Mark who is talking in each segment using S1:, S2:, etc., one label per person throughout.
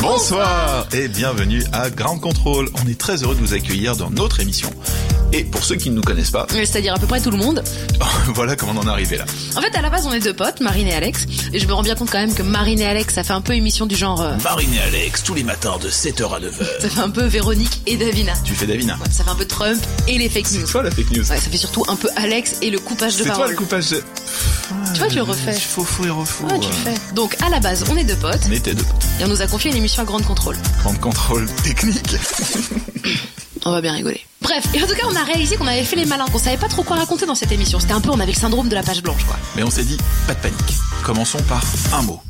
S1: Bonsoir et bienvenue à Ground Control. On est très heureux de vous accueillir dans notre émission. Et pour ceux qui ne nous connaissent pas,
S2: C'est-à-dire à peu près tout le monde.
S1: voilà comment on en est arrivé là.
S2: En fait, à la base, on est deux potes, Marine et Alex. Et je me rends bien compte quand même que Marine et Alex, ça fait un peu émission du genre. euh,
S1: Marine et Alex, tous les matins de 7h à 9h.
S2: ça fait un peu Véronique et Davina.
S1: Tu fais Davina.
S2: Ouais, ça fait un peu Trump et les fake
S1: C'est
S2: news.
S1: toi la fake news.
S2: Ouais, ça fait surtout un peu Alex et le coupage de
S1: Ah, C'est toi
S2: parole.
S1: le coupage. de-
S2: Tu vois, je le refais.
S1: Faux, faux et euh. refaux.
S2: Ouais, Ah, tu le fais. Donc, à la base, on est deux potes
S1: On était de
S2: et on nous a confié une émission à grande contrôle.
S1: Ground Control technique.
S2: On va bien rigoler. Bref, et en tout cas, on a réalisé qu'on avait fait les malins, qu'on savait pas trop quoi raconter dans cette émission. C'était un peu, on avait le syndrome de la page blanche, quoi.
S1: Mais on s'est dit, pas de panique. Commençons par un mot.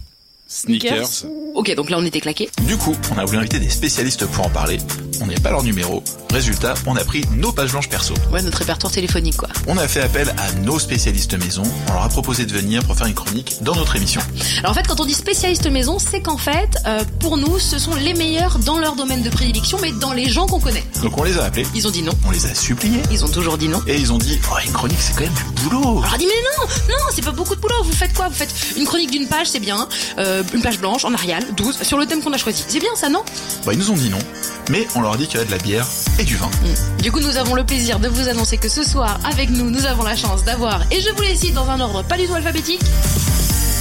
S3: Sneakers.
S2: Ok, donc là, on était claqués.
S1: Du coup, on a voulu inviter des spécialistes pour en parler. On n'est pas leur numéro. Résultat, on a pris nos pages blanches perso.
S2: Ouais, notre répertoire téléphonique, quoi.
S1: On a fait appel à nos spécialistes maison. On leur a proposé de venir pour faire une chronique dans notre émission.
S2: Alors en fait, quand on dit spécialiste maison, c'est qu'en fait, euh, pour nous, ce sont les meilleurs dans leur domaine de prédilection, mais dans les gens qu'on connaît.
S1: Donc on les a appelés,
S2: Ils ont dit non.
S1: on les a suppliés.
S2: Ils ont toujours dit non.
S1: Et ils ont dit, oh, une chronique, c'est quand même du boulot.
S2: On leur a dit mais non, non, c'est pas beaucoup de boulot. Vous faites quoi Vous faites une chronique d'une page, c'est bien. euh, une page blanche en Arial, 12, sur le thème qu'on a choisi. C'est bien ça, non
S1: Bah, ils nous ont dit non. Mais on leur a dit qu'il y a de la bière et du vin.
S2: Du coup, nous avons le plaisir de vous annoncer que ce soir, avec nous, nous avons la chance d'avoir, et je vous les cite dans un ordre pas du tout alphabétique,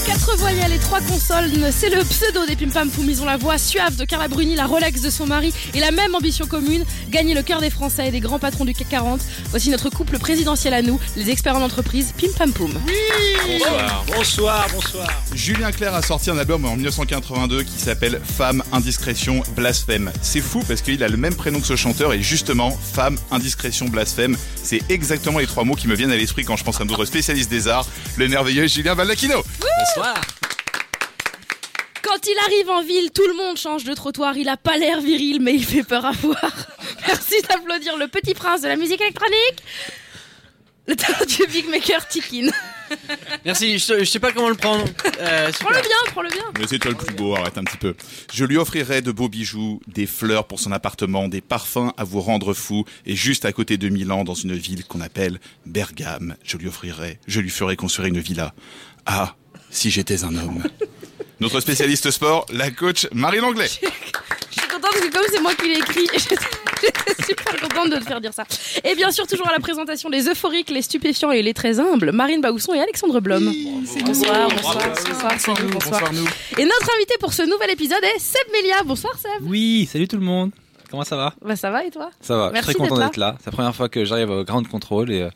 S4: Quatre voyelles et trois consonnes, c'est le pseudo des Pim Pam Poum. Ils ont la voix suave de Carla Bruni, la Rolex de son mari et la même ambition commune, gagner le cœur des Français et des grands patrons du CAC 40. Voici notre couple présidentiel à nous, les experts en entreprise Pim Pam Poum.
S3: Bonsoir. Bonsoir, bonsoir.
S5: Julien Clerc a sorti un album en 1982 qui s'appelle Femme, Indiscrétion, Blasphème. C'est fou parce qu'il a le même prénom que ce chanteur et justement, Femme, Indiscrétion, Blasphème, c'est exactement les trois mots qui me viennent à l'esprit quand je pense à notre spécialiste des arts, le merveilleux Julien Baldacchino.
S3: Bonsoir.
S4: Quand il arrive en ville, tout le monde change de trottoir. Il a pas l'air viril, mais il fait peur à voir. Merci d'applaudir le petit prince de la musique électronique, le talentueux big maker Tikin.
S3: Merci, je, je sais pas comment le prendre. Euh, super.
S4: Prends-le bien, prends-le bien.
S5: Mais c'est toi le plus beau, arrête un petit peu. Je lui offrirai de beaux bijoux, des fleurs pour son appartement, des parfums à vous rendre fou, et juste à côté de Milan, dans une ville qu'on appelle Bergame, je lui offrirai, je lui ferai construire une villa. Ah, si j'étais un homme. Notre spécialiste sport, la coach Marie Langlais.
S4: Je suis contente parce que comme c'est moi qui l'ai écrit, j'étais j'étais super contente de te faire dire ça. Et bien sûr, toujours à la présentation, les euphoriques, les stupéfiants et les très humbles, Marine Baousson et Alexandre Blom. Bonsoir, bonsoir, bonsoir, bonsoir, bonsoir. Et notre invité pour ce nouvel épisode est Seb Melia. Bonsoir Seb.
S6: Oui, salut tout le monde. Comment ça va
S4: Bah ça va et toi
S6: Ça va,
S4: Merci
S6: je suis très content
S4: d'être
S6: d'être là. C'est la première fois que j'arrive au Ground Control et euh,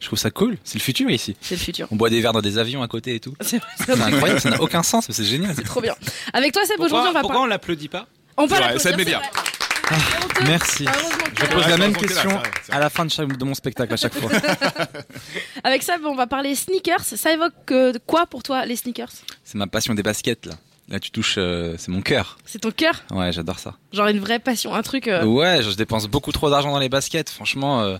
S6: je trouve ça cool. C'est le futur ici.
S4: C'est le futur.
S6: On boit des verres dans des avions à côté et tout.
S4: C'est vrai,
S6: C'est incroyable, ça n'a aucun sens, mais c'est génial.
S4: c'est trop bien. Avec toi Seb, aujourd'hui on va
S3: pourquoi
S4: parler...
S3: on l'applaudit pas
S4: On va
S5: C'est
S4: la
S5: vrai, Seb Melia.
S4: Ah,
S5: Ah,
S6: Merci.
S4: Heureusement que
S6: Je
S4: t'es là.
S6: pose la
S5: Ouais,
S6: même
S5: heureusement qu'il est
S6: question
S5: là, c'est vrai, c'est vrai.
S6: à la fin de, chaque- de mon spectacle à chaque fois.
S4: Avec Seb, on va parler sneakers. Ça évoque euh, quoi pour toi les sneakers
S6: C'est ma passion des baskets là. Là, tu touches, euh, c'est mon cœur.
S4: C'est ton cœur
S6: Ouais, j'adore ça.
S4: Genre une vraie passion, un truc... euh,
S6: Ouais, je je dépense beaucoup trop d'argent dans les baskets. Franchement, euh,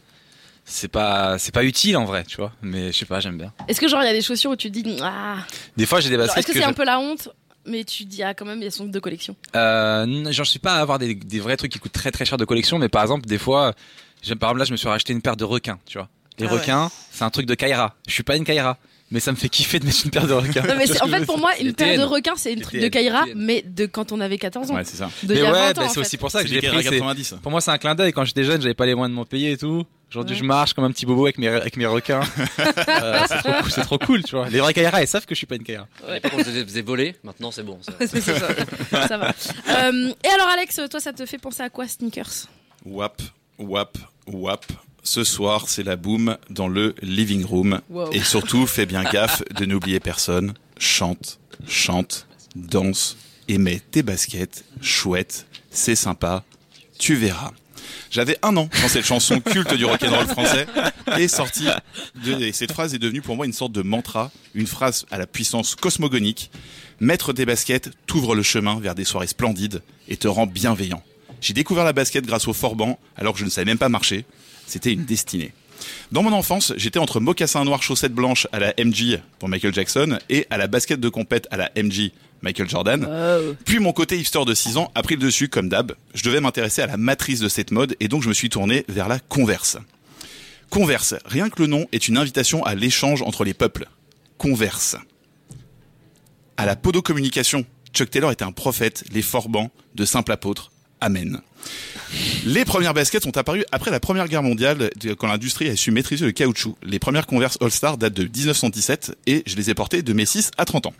S6: c'est pas, c'est pas utile en vrai, tu vois. Mais je sais pas, j'aime bien.
S4: Est-ce que genre il y a des chaussures où tu te dis ah
S6: Des fois, j'ai des
S4: Genre,
S6: baskets
S4: Est-ce que,
S6: que
S4: c'est
S6: je-
S4: un peu la honte mais tu te dis ah quand même elles sont de collection.
S6: Euh, n- j'en suis pas à avoir des, des vrais trucs qui coûtent très très cher de collection, mais par exemple, des fois, j'aime- par exemple, là, je me suis racheté une paire de requins, tu vois. Les
S4: Ah ouais.
S6: requins, c'est un truc de Kaira. Je suis pas une Kaira, mais ça me fait kiffer de mettre une paire de requins.
S4: Non, mais c'est- en
S6: Je me
S4: fait pour
S6: fais-
S4: moi
S6: c'est
S4: une
S6: les
S4: paire de
S6: TN.
S4: requins c'est une truc de
S6: TN.
S4: Kaira mais de quand on avait 14 ans.
S5: Ouais, c'est ça.
S4: De il
S6: Mais
S4: y a
S6: ouais,
S4: 20 ans,
S6: bah,
S4: en
S6: c'est
S4: fait.
S6: aussi pour ça que je l'ai pris. c'est-
S5: 90.
S6: Pour moi, c'est un clin d'œil. Quand j'étais jeune, j'avais pas les moyens de m'en payer et tout. Aujourd'hui,
S4: Ouais.
S6: je marche comme un petit bobo avec mes, avec mes requins. Euh, c'est, trop, cool- c'est trop cool, tu vois. Les vrais Kaira, ils savent que je suis pas une Kaira.
S3: À l'époque, on se les faisait voler. Maintenant, c'est bon. ça.
S4: C'est ça. Ça va. Euh, et alors Alex, toi ça te fait penser à quoi sneakers
S5: Wap, wap, wap. Ce soir, c'est la boom dans le living room.
S4: Wow.
S5: Et surtout, fais bien gaffe de n'oublier personne. Chante, chante, danse et mets tes baskets. Chouette, c'est sympa, tu verras. J'avais un an quand cette chanson culte du rock'n'roll français est sortie. de- et cette phrase est devenue pour moi une sorte de mantra, une phrase à la puissance cosmogonique. Mettre des baskets t'ouvre le chemin vers des soirées splendides et te rend bienveillant. J'ai découvert la basket grâce au Forban alors que je ne savais même pas marcher. C'était une destinée. Dans mon enfance, j'étais entre mocassin noir chaussette blanche à la MJ pour Michael Jackson et à la basket de compète à la MJ Michael Jordan. Puis mon côté hipster de 6 ans a pris le dessus comme d'hab. Je devais m'intéresser à la matrice de cette mode et donc je me suis tourné vers la converse. Converse, rien que le nom est une invitation à l'échange entre les peuples. Converse. À la podocommunication, Chuck Taylor était un prophète, les forbans de simples apôtres. Amen. Les premières baskets sont apparues après la Première Guerre mondiale, de- quand l'industrie a su maîtriser le caoutchouc. Les premières Converse All-Star datent de 1917 et je les ai portées de mes 6 à 30 ans.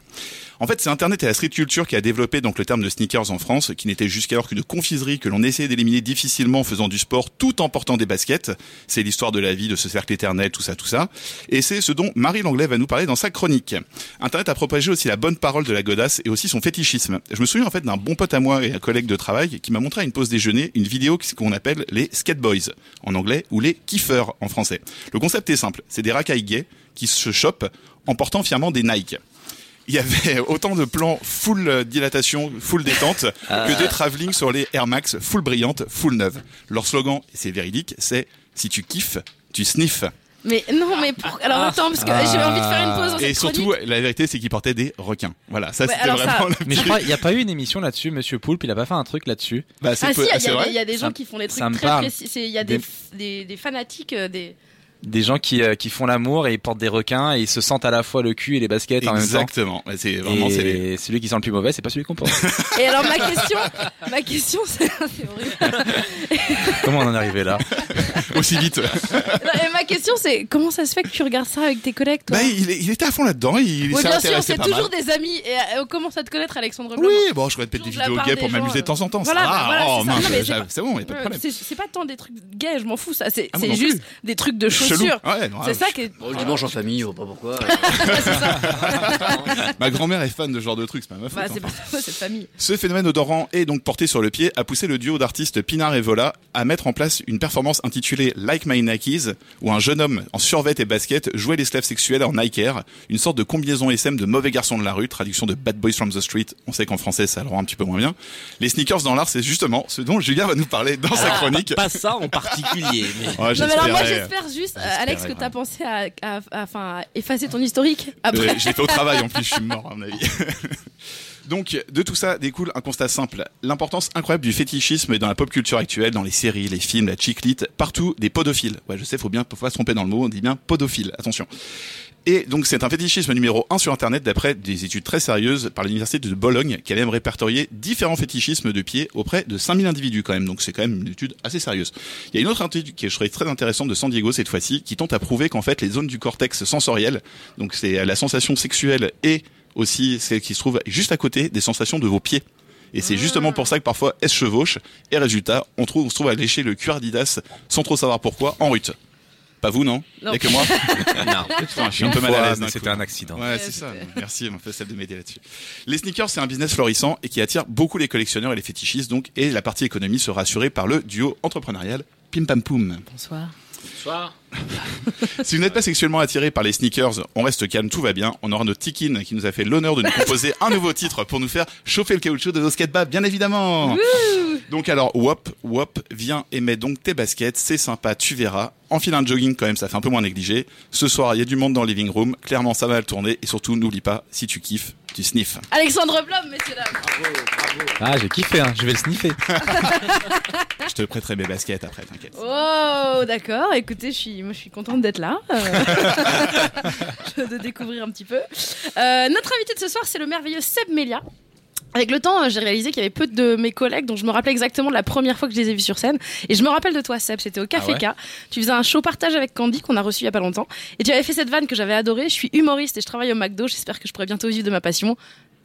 S5: En fait, c'est Internet et la street culture qui a développé donc le terme de sneakers en France, qui n'était jusqu'alors qu'une confiserie que l'on essayait d'éliminer difficilement en faisant du sport tout en portant des baskets. C'est l'histoire de la vie, de ce cercle éternel, tout ça, tout ça. Et c'est ce dont Marie Langlais va nous parler dans sa chronique. Internet a propagé aussi la bonne parole de la godasse et aussi son fétichisme. Je me souviens en fait d'un bon pote à moi et un collègue de travail qui m'a montré à une pause déjeuner une vidéo qu'on appelle les skateboys en anglais ou les kiffeurs en français. Le concept est simple, c'est des racailles gays qui se chopent en portant fièrement des Nike il y avait autant de plans full euh, dilatation, full détente
S4: Ah.
S5: que de travelling sur les Air Max full brillante, full neuve. Leur slogan, et c'est véridique, c'est si tu kiffes, tu sniffes.
S4: Mais non, mais pour... alors attends, parce que j'ai envie de faire une pause. Dans
S5: Ah. Et
S4: cette
S5: surtout,
S4: chronique.
S5: la vérité, c'est qu'ils portaient des requins. Voilà, ça
S4: Ouais,
S5: c'était
S4: alors
S5: vraiment
S4: ça- ah,
S5: le
S6: Mais je
S5: truc.
S6: crois, il n'y a pas eu une émission là-dessus, Monsieur Poulpe, il a pas fait un truc là-dessus.
S5: Bah, c'est
S4: ah si,
S5: peu-
S4: il y a-
S5: ah,
S4: il
S5: c'est
S4: y, a-
S5: vrai
S4: il y a des gens
S6: Ça-
S4: qui font des trucs
S6: ça me
S4: très
S6: parle.
S4: précis. C'est- Il y a des,
S6: Des-
S4: des, des fanatiques, euh, des.
S6: Des gens qui, euh, qui font l'amour et ils portent des requins et ils se sentent à la fois le cul et les baskets en même temps.
S5: Exactement. Ouais, C'est vraiment, c'est les-
S6: Et celui qui sent le plus mauvais, c'est pas celui qu'on porte.
S4: Et alors ma question, ma question, c'est c'est horrible.
S6: Comment on en est arrivé là
S5: aussi vite.
S4: Non, et ma question, c'est comment ça se fait que tu regardes ça avec tes collègues, toi
S5: bah, il, il était à fond là-dedans. Il
S4: Oui,
S5: s'est
S4: bien sûr,
S5: intéressé
S4: c'est
S5: pas
S4: toujours
S5: mal.
S4: des amis. Et euh, on commence à te connaître, Alexandre Blanc.
S5: Oui, bon, je regarde peut-être des
S4: Toujours de la
S5: vidéos
S4: part
S5: gays
S4: des
S5: pour
S4: gens,
S5: m'amuser de temps en temps. ça
S4: Voilà,
S5: va.
S4: bah, voilà,
S5: oh,
S4: c'est ça. Non,
S5: mince,
S4: mais c'est
S5: j'avoue, c'est bon, il n'y a pas de
S4: Ouais,
S5: problème.
S4: Euh, C'est c'est pas tant des trucs gays, je m'en fous. Ça, c'est
S5: Ah, moi
S4: c'est
S5: non
S4: juste des trucs de chaussures.
S5: Ouais, non,
S4: C'est
S5: ah,
S4: ça qui est.
S7: Bon, le dimanche en famille, je vois pas pourquoi.
S5: Ma grand-mère est fan de ce genre de trucs, c'est pas ma faute.
S4: Bah,
S5: hein.
S4: c'est pas ouais, c'est de famille.
S5: Ce phénomène odorant et donc porté sur le pied a poussé le duo d'artistes Pinard et Vola à mettre en place une performance intitulée Like My Nikes, où un jeune homme en survêt et basket jouait l'esclave sexuel en Nike Air, une sorte de combinaison SM de mauvais garçon de la rue, traduction de Bad Boys from the Street. On sait qu'en français ça le rend un petit peu moins bien. Les sneakers dans l'art, c'est justement ce dont Julien va nous parler dans sa chronique.
S8: Pas ça en particulier, mais
S5: Ouais,
S4: Non, mais alors, moi,
S5: Ah, j'espérais.
S4: j'espère juste, euh, Alex, que t'as pensé à, à- à- enfin, à effacer ton historique après.
S5: Euh, je l'ai fait au travail en plus, je suis mort à mon avis. Donc, de tout ça découle un constat simple. L'importance incroyable du fétichisme dans la pop culture actuelle, dans les séries, les films, la chiclite, partout des podophiles. Ouais, je sais, faut bien, faut pas se tromper dans le mot, on dit bien podophile, attention. Et donc, c'est un fétichisme numéro 1 sur Internet d'après des études très sérieuses par l'université de Bologne qui a même répertorié différents fétichismes de pied auprès de 5000 individus quand même. Donc, c'est quand même une étude assez sérieuse. Il y a une autre étude qui je trouvais très intéressante de San Diego cette fois-ci qui tente à prouver qu'en fait, les zones du cortex sensoriel donc c'est la sensation sexuelle et aussi celle qui se trouve juste à côté des sensations de vos pieds. Et c'est justement pour ça que parfois elles se chevauchent. Et résultat, on, trouve, on se trouve à lécher le cuir Adidas sans trop savoir pourquoi en rut. Pas vous, non
S4: Non.
S5: Y'a que moi
S6: Non,
S5: Putain, je suis un peu mal à l'aise. d'un
S6: C'était
S5: coup.
S6: un accident.
S5: Ouais, c'est ça. Merci, ma fait celle de m'aider là-dessus. Les sneakers, c'est un business florissant et qui attire beaucoup les collectionneurs et les fétichistes, donc, et la partie économie sera assurée par le duo entrepreneurial Pim Pam Poum.
S4: Bonsoir.
S5: Si vous n'êtes pas sexuellement attiré par les sneakers, on reste calme, tout va bien. On aura notre Tikin qui nous a fait l'honneur de nous composer un nouveau titre pour nous faire chauffer le caoutchouc de nos skatebags, bien évidemment. Donc alors, wop, wop, viens et mets donc tes baskets, c'est sympa, tu verras. Enfile un jogging quand même, ça fait un peu moins négligé. Ce soir, il y a du monde dans le living room, clairement ça va mal tourner. Et surtout, n'oublie pas, si tu kiffes, tu sniffes.
S4: Alexandre Blom, messieurs dames.
S6: Ah, j'ai kiffé, hein. je vais le sniffer.
S5: Je te prêterai mes baskets après, t'inquiète.
S4: Oh, d'accord. Écoutez, je suis, moi, je suis contente d'être là, euh, de découvrir un petit peu. Euh, notre invité de ce soir, c'est le merveilleux Seb Melia. Avec le temps, euh, j'ai réalisé qu'il y avait peu de mes collègues dont je me rappelais exactement de la première fois que je les ai vus sur scène. Et je me rappelle de toi, Seb. C'était au Café K. Tu faisais un show partage avec Candy qu'on a reçu il y a pas longtemps. Et tu avais fait cette vanne que j'avais adorée. Je suis humoriste et je travaille au McDo. J'espère que je pourrai bientôt vivre de ma passion.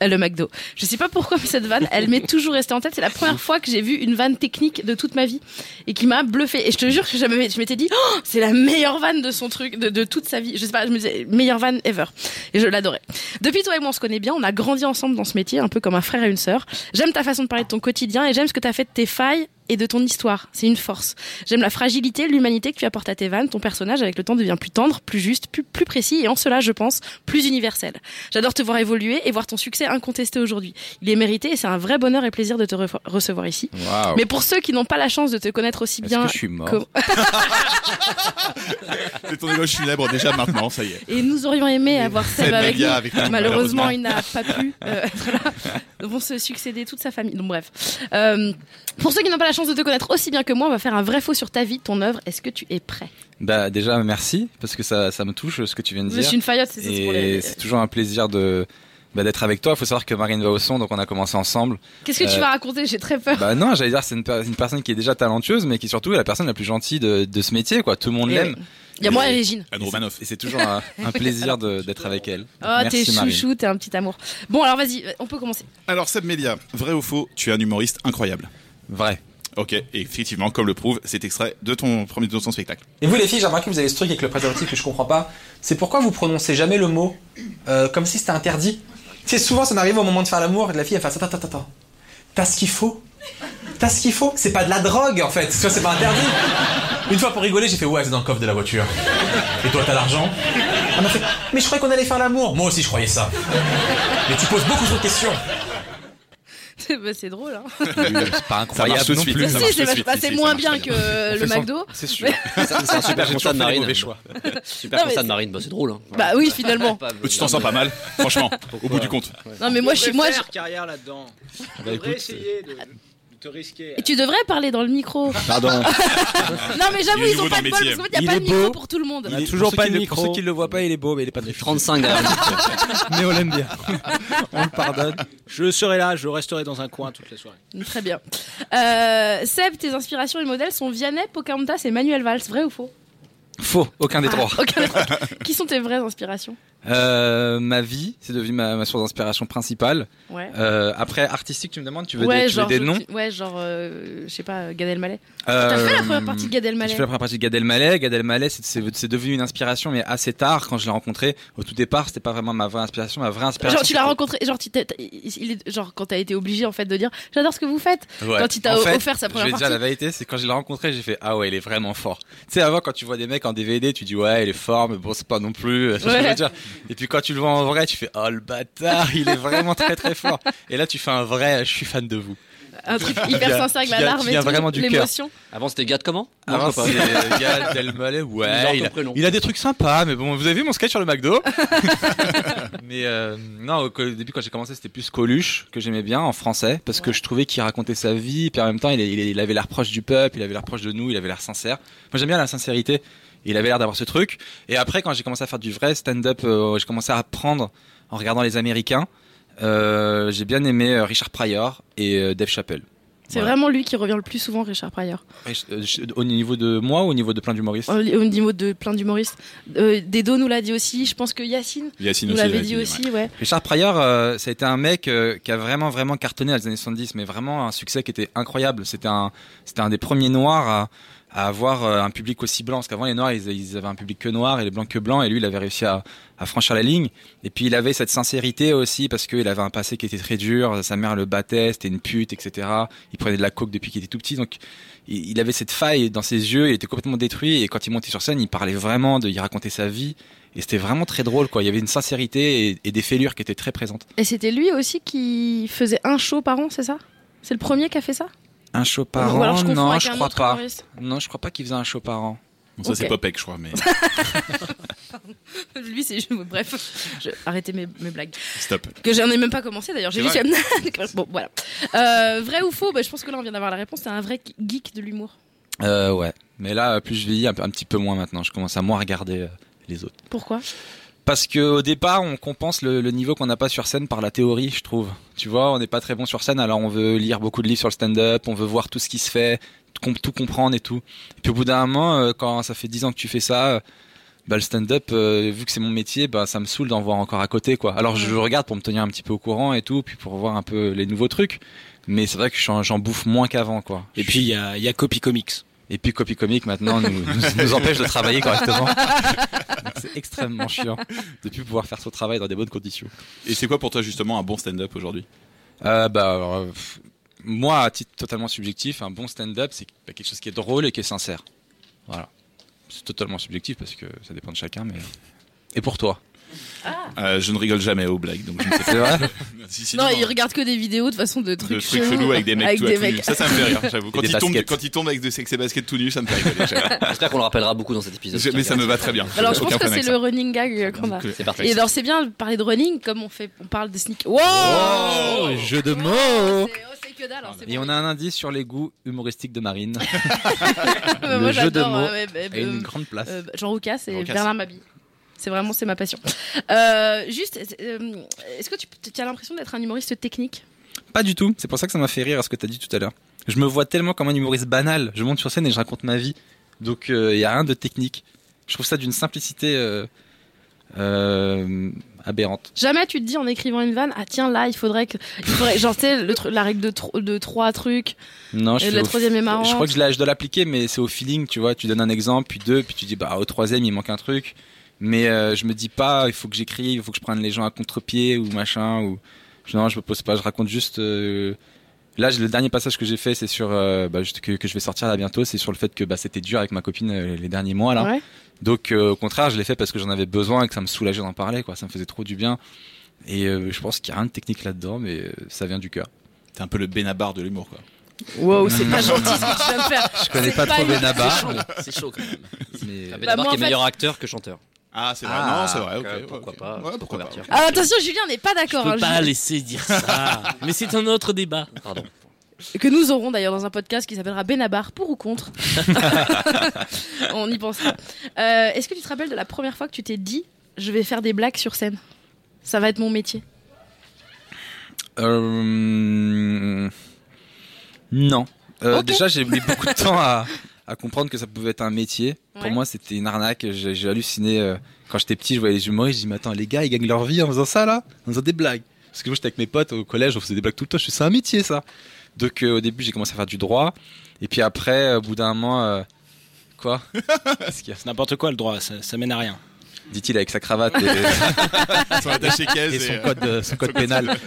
S4: euh, Le McDo. Je sais pas pourquoi, mais cette vanne, elle m'est toujours restée en tête. C'est la première fois que j'ai vu une vanne technique de toute ma vie et qui m'a bluffé. Et je te jure que jamais, je m'étais dit, Oh, c'est la meilleure vanne de son truc, de, de toute sa vie. Je sais pas, je me disais, meilleure vanne ever. Et je l'adorais. Depuis, toi et moi, on se connaît bien, on a grandi ensemble dans ce métier, un peu comme un frère et une sœur. J'aime ta façon de parler de ton quotidien et j'aime ce que t'as fait de tes failles et de ton histoire. C'est une force. J'aime la fragilité, l'humanité que tu apportes à tes vannes. Ton personnage, avec le temps, devient plus tendre, plus juste, plus, plus précis et en cela, je pense, plus universel. J'adore te voir évoluer et voir ton succès incontesté aujourd'hui. Il est mérité et c'est un vrai bonheur et plaisir de te re- recevoir ici.
S6: Waouh.
S4: Mais pour ceux qui n'ont pas la chance de te connaître aussi
S6: Est-ce
S4: bien
S6: que je suis mort
S4: que-
S5: C'est ton éloge funèbre déjà maintenant, ça y est.
S4: et nous aurions aimé avoir Seb
S5: Seb
S4: avec nous.
S5: Melia avec nous,
S4: Malheureusement, il n'a pas pu euh, être là. Vont se succéder toute sa famille. Donc bref. Euh, pour ceux qui n'ont pas la chance de te connaître aussi bien que moi, on va faire un vrai faux sur ta vie, ton œuvre. Est-ce que tu es prêt
S6: Bah, déjà, merci, parce que ça, ça me touche ce que tu viens de
S4: Je
S6: dire.
S4: suis une faillotte, c'est c'est pour les-
S6: Et c'est toujours un plaisir de bah, d'être avec toi. Il faut savoir que Marine va au son, donc on a commencé ensemble.
S4: Qu'est-ce que tu
S6: Euh,
S4: vas raconter J'ai très peur.
S6: Bah non, j'allais dire c'est une, per- une personne qui est déjà talentueuse, mais qui surtout est la personne la plus gentille de, de ce métier, quoi. Tout le monde
S4: Eh
S6: l'aime.
S2: Il y a moi et Régine.
S6: Et c'est- Et c'est toujours un, un plaisir de- d'être avec elle.
S4: Oh, t'es
S6: Merci Marine.
S4: chouchou, t'es un petit amour. Bon, alors vas-y, on peut commencer.
S5: Alors Seb Melia, vrai ou faux, tu es un humoriste incroyable.
S6: Vrai.
S5: Ok, et effectivement, comme le prouve cet extrait de ton premier de ton spectacle.
S9: Et vous les filles, j'ai remarqué que vous avez ce truc avec le préservatif que je comprends pas. C'est pourquoi vous prononcez jamais le mot euh, comme si c'était interdit. Tu sais, souvent ça m'arrive au moment de faire l'amour et la fille elle fait attends attends attends attends. T'as ce qu'il faut. T'as ce qu'il faut. C'est pas de la drogue en fait. Tu vois, c'est pas interdit. Une fois pour rigoler, j'ai fait ouais c'est dans le coffre de la voiture. Et toi t'as l'argent. Elle m'a fait mais je croyais qu'on allait faire l'amour. Moi aussi je croyais ça. Mais tu poses beaucoup trop de questions.
S4: Bah, c'est drôle, hein.
S6: C'est pas
S5: marche tout
S6: incroyable
S5: de
S6: non
S5: suite,
S6: plus.
S5: ça
S4: Si, c'est
S5: marche tout de
S4: vachement-
S5: suite,
S4: bah,
S5: si,
S4: c'est
S5: si,
S4: moins
S5: ça
S4: bien
S5: marche
S4: que
S5: très bien.
S4: euh, le
S6: fait
S4: McDo.
S6: C'est sûr.
S8: C'est un super constat de Marine.
S4: Non,
S8: Super
S4: mais
S8: constat
S4: c'est-
S8: de Marine, bah, c'est drôle. Hein.
S4: Bah oui, finalement.
S5: Euh, Tu t'en sors pas mal, franchement, au bout du compte.
S4: Non, mais moi, je suis. Moi, je-
S8: carrière là-dedans. Tu devrais essayer de, te risquer.
S4: Tu devrais parler dans le micro.
S8: Pardon.
S4: Non, mais j'avoue,
S5: Il est
S4: ils ont
S5: nouveau
S4: pas
S5: dans
S4: de
S5: le
S4: bol
S5: métier.
S4: parce qu'en fait,
S8: Il
S4: il n'y a pas
S8: est
S4: de micro
S8: beau.
S4: pour tout le monde.
S8: Il est-
S6: Pour
S8: toujours
S6: ceux
S8: pas
S6: qui
S8: de
S6: le- Pour
S8: micro.
S6: ceux qui le voient pas, il est beau, mais il est pas très fou.
S8: 35
S7: euh,
S8: grammes.
S6: Mais on l'aime bien. On le pardonne.
S8: Je serai là, je resterai dans un coin toute la soirée.
S4: Mm, Très bien. Euh, Seb, tes inspirations et modèles sont Vianney, Pocahontas et Manuel Valls. Vrai ou faux
S6: Faux, aucun des trois.
S4: Ah, aucun des trois. Qui sont tes vraies inspirations
S6: Euh, ma vie, c'est devenu ma, ma source d'inspiration principale.
S4: Ouais.
S6: Euh, après, artistique, tu me demandes, tu veux
S4: ouais,
S6: des, tu veux
S4: genre,
S6: des
S4: je-
S6: noms
S4: Ouais, genre, euh, je sais pas, Gad Elmaleh.
S6: Euh,
S4: T'as fait la première partie de Gad
S6: Je
S4: Elmaleh.
S6: fais la première partie de Gad Elmaleh. Gad Elmaleh, c'est- c'est c'est devenu une inspiration, mais assez tard quand je l'ai rencontré. Au tout départ, c'était pas vraiment ma vraie inspiration. Ma vraie inspiration.
S4: Genre, tu l'as rencontré, genre, tu t'es- t'es- il est, genre, quand t'as été obligé en fait de dire j'adore ce que vous faites.
S6: Ouais.
S4: quand il t'a
S6: En fait,
S4: offert sa première
S6: Je vais te dire
S4: partie.
S6: la vérité, c'est quand je l'ai rencontré, j'ai fait ah ouais, il est vraiment fort. Tu sais, avant quand tu vois des mecs en DVD, tu dis ouais, il est fort, mais bon, c'est pas non plus. euh, c'est ce que je veux
S4: Ouais.
S6: dire. Et puis quand tu le vois en vrai, tu fais oh le bâtard, il est vraiment très très fort. Et là, tu fais un vrai, euh, je suis fan de vous.
S4: Un truc
S6: Qui
S4: hyper
S6: vient-
S4: sincère avec la
S6: qui vient-
S4: larme
S6: qui
S4: et
S6: vient
S4: tout,
S6: vraiment du cœur.
S4: l'émotion.
S8: Avant, c'était Gad comment Non,
S6: Avant,
S8: je vois
S6: c'est euh, Gad Elmaleh,
S8: Bizarre
S6: ouais, il
S8: ton
S6: a,
S8: prénom.
S6: il a des trucs sympas, mais bon, vous avez vu mon sketch sur le McDo Mais euh, non, au, au début quand j'ai commencé, c'était plus Coluche que j'aimais bien en français parce que je trouvais qu'il racontait sa vie, puis en même temps, il, il- il avait l'air proche du peuple, il avait l'air proche de nous, il avait l'air sincère. Moi, j'aime bien la sincérité. Il avait l'air d'avoir ce truc. Et après, quand j'ai commencé à faire du vrai stand-up, euh, j'ai commencé à apprendre en regardant les Américains. Euh, j'ai bien aimé euh, Richard Pryor et euh, Dave Chappelle.
S4: C'est
S6: Voilà.
S4: vraiment lui qui revient le plus souvent, Richard Pryor.
S6: Et je- euh, je- Au niveau de moi ou au niveau de plein d'humoristes
S4: Au au niveau de plein d'humoristes. Euh, Dedo nous l'a dit aussi. Je pense que Yacine
S5: Yacine
S4: nous
S5: aussi.
S4: l'avait
S5: Yacine,
S4: dit
S5: ouais.
S4: aussi, ouais.
S6: Richard Pryor, euh, ça a été un mec euh, qui a vraiment vraiment cartonné dans les années 70, mais vraiment un succès qui était incroyable. C'était un, c'était un des premiers noirs à, à avoir euh, un public aussi blanc, parce qu'avant les noirs ils, ils avaient un public que noir et les blancs que blancs, et lui il avait réussi à, à franchir la ligne. Et puis il avait cette sincérité aussi parce qu'il avait un passé qui était très dur, sa mère le battait, c'était une pute, etc. Il prenait de la coke depuis qu'il était tout petit, donc il, il avait cette faille dans ses yeux, il était complètement détruit, et quand il montait sur scène, il parlait vraiment, de, il racontait sa vie. Et c'était vraiment très drôle, quoi. Il y avait une sincérité et, et des fêlures qui étaient très présentes.
S4: Et c'était lui aussi qui faisait un show par an, c'est ça C'est le premier qui a fait ça
S6: Un show par
S4: Ou alors
S6: an
S4: je confonds
S6: Non,
S4: avec
S6: je
S4: un
S6: crois
S4: autre
S6: pas.
S4: humoriste.
S6: Non, je crois pas qu'il faisait un show par an.
S5: Bon, ça, c'est
S4: Ok.
S5: Popek, je crois, mais
S4: Lui, c'est juste. Bref, je... arrêtez mes, mes blagues.
S5: stop.
S4: Que j'en ai même pas commencé d'ailleurs. J'ai
S5: C'est
S4: juste. fait- bon, voilà. Euh, vrai ou faux Bah, Je pense que là, on vient d'avoir la réponse. T'es un vrai geek de l'humour.
S6: Euh, ouais. Mais là, plus je vieillis, un, peu- un petit peu moins maintenant. Je commence à moins regarder euh, les autres.
S4: Pourquoi
S6: Parce que au départ, on compense le, le niveau qu'on n'a pas sur scène par la théorie, je trouve. Tu vois, on n'est pas très bon sur scène, alors on veut lire beaucoup de livres sur le stand-up, on veut voir tout ce qui se fait, com- tout comprendre et tout. Et puis au bout d'un moment, euh, quand ça fait 10 ans que tu fais ça, euh, bah, le stand-up, euh, vu que c'est mon métier, bah, ça me saoule d'en voir encore à côté, quoi. Alors je regarde pour me tenir un petit peu au courant et tout, puis pour voir un peu les nouveaux trucs. Mais c'est vrai que j'en j'en bouffe moins qu'avant, quoi.
S8: Et puis, il y a, il y a Copy Comics.
S6: Et puis Copy Comic maintenant nous, nous, nous empêche de travailler correctement. Donc, C'est extrêmement chiant de plus pouvoir faire son travail dans des bonnes conditions.
S5: Et c'est quoi pour toi, justement, un bon stand-up aujourd'hui
S6: Euh, bah, alors, euh, pff, moi, à titre totalement subjectif, un bon stand-up, c'est bah, quelque chose qui est drôle et qui est sincère. Voilà. C'est totalement subjectif parce que ça dépend de chacun, mais. Et pour toi
S5: Euh, Je ne rigole jamais aux blagues, donc je ne sais
S6: C'est vrai
S5: pas. Si, si,
S4: Non,
S5: non.
S4: il regarde que des vidéos de façon de trucs,
S5: de trucs chelous avec des mecs tout à tout nus. Ça, ça me fait rire, j'avoue. Quand
S6: des
S5: ils tombent,
S6: baskets.
S5: quand ils tombent avec de sexe et baskets tout nus, ça me fait rigoler. j'avoue.
S8: J'espère qu'on le rappellera beaucoup dans cet épisode.
S5: Mais ça me va très bien.
S4: Alors je
S5: Aucun
S4: pense que
S5: problème
S4: c'est
S5: avec
S4: le running gag qu'on a.
S5: ça.
S8: C'est parti.
S4: Et alors c'est bien de parler de running comme on fait, on parle de sneak. Wow
S6: Oh, jeu de mots
S4: C'est- oh, c'est que dalle, hein, c'est
S6: Et
S4: bon.
S6: on a un indice sur les goûts humoristiques de Marine
S4: Bah,
S6: le
S4: moi,
S6: jeu de
S4: j'adore,
S6: mots
S4: ouais, bah,
S6: à une
S4: euh,
S6: grande place.
S4: euh, Jean Roucas et
S5: Jean Roucas.
S4: Bernard Mabie. C'est vraiment, c'est ma passion. Euh, juste, euh, est-ce que tu tu as l'impression d'être un humoriste technique
S6: Pas du tout. C'est pour ça que ça m'a fait rire à ce que t'as dit tout à l'heure. Je me vois tellement comme un humoriste banal. Je monte sur scène et je raconte ma vie. Donc il y a rien de technique. Je trouve ça d'une simplicité euh, euh, aberrante.
S4: Jamais tu te dis en écrivant une vanne, ah tiens là, il faudrait que, il faudrait, genre tu sais, le tru- la règle de, tro- de trois trucs.
S6: Non, je
S4: Et
S6: fais
S4: Euh, la
S6: au-
S4: troisième est marrante.
S6: Je crois que je, la- je dois l'appliquer, mais c'est au feeling, tu vois. Tu donnes un exemple, puis deux, puis tu dis bah au troisième il manque un truc. Mais euh, je me dis pas, il faut que j'écris, il faut que je prenne les gens à contre-pied ou machin ou je- non, je me pose pas, je raconte juste. euh, Là, j'ai- le dernier passage que j'ai fait, c'est sur euh, bah, juste que, que je vais sortir là bientôt, c'est sur le fait que bah, c'était dur avec ma copine euh, les derniers mois là.
S4: Ouais.
S6: Donc euh, au contraire, je l'ai fait parce que j'en avais besoin et que ça me soulageait d'en parler, quoi. Ça me faisait trop du bien. Et euh, je pense qu'il y a rien de technique là-dedans, mais euh, ça vient du cœur.
S5: T'es un peu le Benabar de l'humour, quoi.
S4: Wow, c'est pas gentil ce que tu viens de faire.
S6: Je connais
S4: C'est
S6: pas,
S4: pas
S6: trop
S4: une-
S6: Benabar. mais-
S7: Ah, C'est chaud quand même.
S6: mais-
S7: Ah,
S4: Bah, moi,
S7: Benabar qui
S4: en
S7: est
S4: fait-
S7: meilleur acteur que chanteur.
S5: Ah, c'est vrai.
S6: Ah,
S5: non, c'est vrai. ok,
S7: Euh,
S5: ok.
S7: pourquoi pas
S5: Ouais, pourquoi pas.
S7: convertir.
S4: Alors Ah, attention, Julien n'est pas
S8: Oh, Je
S4: d'accord.
S8: peux
S4: hein,
S8: pas
S4: Julien.
S8: laisser dire ça. Mais c'est un autre débat.
S4: Ah,
S8: Pardon.
S4: que nous aurons d'ailleurs dans un podcast qui s'appellera Benabar pour ou contre. On y pensera. Euh, Est-ce que tu te rappelles de la première fois que tu t'es dit je vais faire des blagues sur scène Ça va être mon métier.
S6: Euh, Non. Euh,
S4: Ok.
S6: Déjà, j'ai mis beaucoup de temps à, à comprendre que ça pouvait être un métier.
S4: Ouais.
S6: Pour moi, c'était une arnaque. J'ai j'ai halluciné. euh, Quand j'étais petit, je voyais les humoristes. Je dis, mais attends, les gars, ils gagnent leur vie en faisant ça, là En faisant des blagues. Parce que moi, j'étais avec mes potes au collège, on faisait des blagues tout le temps. Je suis c'est un métier, ça. Donc, euh, au début, j'ai commencé à faire du droit. Et puis après, au bout d'un moment. euh, Quoi Qu'est-ce qu'il y a
S8: C'est n'importe quoi le droit, ça, ça mène à rien.
S6: Dit-il avec sa cravate et-
S5: Son attaché caisse
S6: et
S5: et,
S6: son
S5: euh,
S6: code, euh, son code pénal.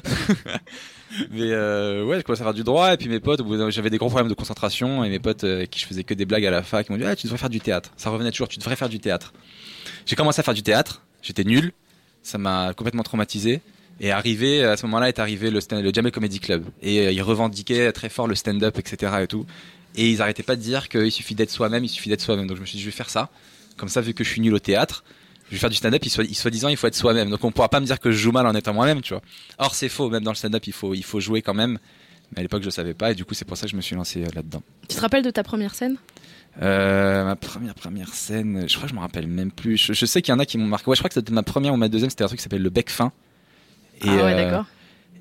S6: mais euh, ouais, je commençais à faire du droit et puis mes potes, au bout d'un- j'avais des gros problèmes de concentration et mes potes euh, avec qui je faisais que des blagues à la fac ils m'ont dit ah, tu devrais faire du théâtre. Ça revenait toujours, tu devrais faire du théâtre. J'ai commencé à faire du théâtre, j'étais nul, ça m'a complètement traumatisé. Et arrivé à ce moment-là est arrivé le, stand- le Jamel Comedy Club et euh, ils revendiquaient très fort le stand-up, etc. et tout. Et ils arrêtaient pas de dire qu'il suffit d'être soi-même, il suffit d'être soi-même. Donc je me suis dit je vais faire ça. Comme ça, vu que je suis nul au théâtre, je vais faire du stand-up, il soit, il soit disant il faut être soi-même. Donc on pourra pas me dire que je joue mal en étant moi-même, tu vois. Or c'est faux, même dans le stand-up, il faut, il faut jouer quand même. Mais à l'époque, je le savais pas, et du coup, c'est pour ça que je me suis lancé euh, là-dedans.
S4: Tu te rappelles de ta première scène
S6: Euh, ma première première scène, je crois que je me rappelle même plus. Je, je sais qu'il y en a qui m'ont marqué. Ouais, je crois que c'était ma première ou ma deuxième, c'était un truc qui s'appelle le bec fin. Et,
S4: Ah ouais,
S6: euh,
S4: d'accord.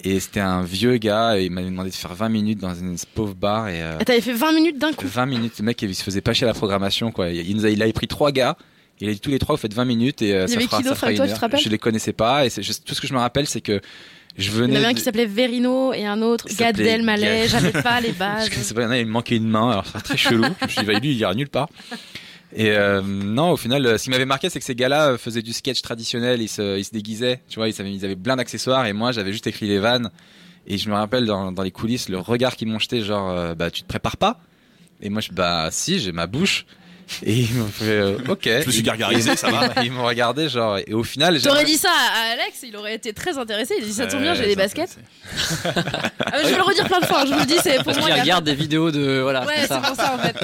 S6: et c'était un vieux gars, et il m'avait demandé de faire 20 minutes dans une pauvre bar, et euh,
S4: Et T'avais fait 20 minutes d'un coup.
S6: 20 minutes, le mec, il se faisait pas chier à la programmation, quoi. Il, il nous a, il avait pris trois gars. Il a dit tous les trois, vous faites 20 minutes et euh,
S4: Il y
S6: ça
S4: avait
S6: fera,
S4: qui
S6: ça
S4: d'autre
S6: fera
S4: avec toi,
S6: une
S4: tu te
S6: heure.
S4: rappelles
S6: Je les connaissais pas et c'est juste- tout ce que je me rappelle, c'est que je
S4: Il y
S6: venais.
S4: en avait un
S6: de-
S4: qui s'appelait Verino et un autre
S6: Il
S4: Gad
S6: s'appelait
S4: Elmaleh.
S6: Gad.
S4: J'avais pas les
S6: je
S4: bases.
S6: connaissais pas, il y en a, il me manquait une main, alors ça serait très chelou. je me suis dit, bah, lui, il ira nulle part. Et euh, non, au final, euh, ce qui m'avait marqué, c'est que ces gars-là euh, faisaient du sketch traditionnel, ils se, ils se déguisaient, tu vois, ils avaient, ils avaient plein d'accessoires et moi, j'avais juste écrit les vannes. Et je me rappelle dans, dans les coulisses le regard qu'ils m'ont jeté, genre, euh, bah, tu te prépares pas Et moi, je, bah, si, j'ai ma bouche. Et ils m'ont fait, euh, ok.
S5: Je me suis gargarisé, ça va.
S6: Ils m'ont regardé, genre, et au final, j'ai.
S4: J'aurais dit ça à Alex, il aurait été très intéressé. Il a dit ça tombe bien, j'ai des baskets. Ah, mais je vais le redire plein de fois, hein, je vous le dis, c'est pour
S7: Parce
S4: moi.
S7: qu'il
S4: il y a-
S7: regarde des vidéos de. Voilà,
S4: Ouais,
S7: c'est
S4: c'est
S7: ça.
S4: pour ça en fait.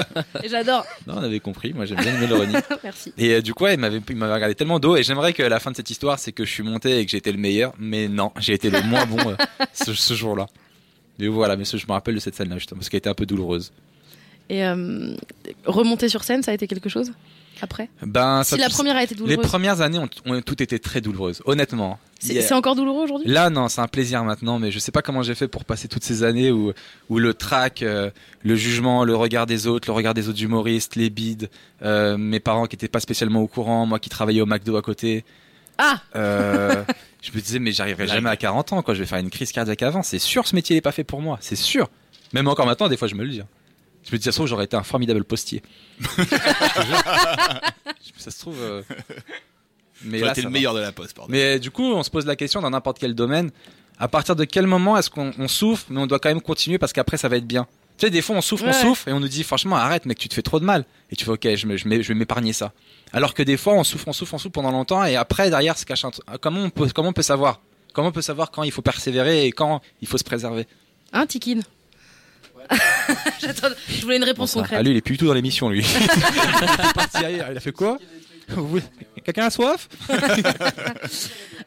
S4: Et j'adore.
S6: Non, on avait compris, moi, j'aime bien aimé l'ironie.
S4: Merci.
S6: Et euh, du coup, ouais, il m'avait il m'avait regardé tellement d'eau. Et j'aimerais que la fin de cette histoire, c'est que je suis monté et que j'ai été le meilleur. Mais non, j'ai été le moins bon euh, ce, ce jour-là. Mais voilà, mais ce- je me rappelle de cette scène-là, justement, parce qu'elle était un peu douloureuse.
S4: Et euh, remonter sur scène, ça a été quelque chose après
S6: Ben, ça-
S4: Si la première a été
S6: les
S4: douloureuse,
S6: premières années ont, ont toutes été très douloureuses, honnêtement.
S4: c'est
S6: Yeah.
S4: c'est encore douloureux aujourd'hui
S6: Là, non, c'est un plaisir maintenant, mais je sais pas comment j'ai fait pour passer toutes ces années où, où le trac, euh, le jugement, le regard des autres, le regard des autres humoristes, les bides, euh, mes parents qui étaient pas spécialement au courant, moi qui travaillais au McDo à côté.
S4: Ah
S6: Euh, je me disais, mais j'arriverai jamais à 40 ans, quoi. Je vais faire une crise cardiaque avant. C'est sûr, ce métier n'est pas fait pour moi. C'est sûr. Même encore maintenant, des fois, je me le dis. hein. Je me dis, ça se trouve, j'aurais été un formidable postier. Je te jure. ça se trouve. euh, Mais
S5: T'aurais
S6: là,
S5: été
S6: ça
S5: le
S6: va.
S5: meilleur de la poste, pardon.
S6: Mais euh, du coup, on se pose la question dans n'importe quel domaine. À partir de quel moment est-ce qu'on on souffre, mais on doit quand même continuer parce qu'après, ça va être bien. Tu sais, des fois, on souffre,
S4: Ouais.
S6: on souffre, et on nous dit, franchement, arrête, mec, tu te fais trop de mal. Et tu fais, ok, je, me- je m'é- je vais m'épargner ça. Alors que des fois, on souffre, on souffre, on souffre pendant longtemps, et après, derrière, se cache un truc. Comment on peut, comment on peut savoir? Comment on peut savoir quand il faut persévérer et quand il faut se préserver?
S4: Hein, Tikin J'attends, je voulais une réponse
S6: Bon, ça-
S4: concrète.
S6: Ah, lui, il est plus du tout dans l'émission, lui. il est parti ailleurs. Il a fait quoi? Vous- Quelqu'un a soif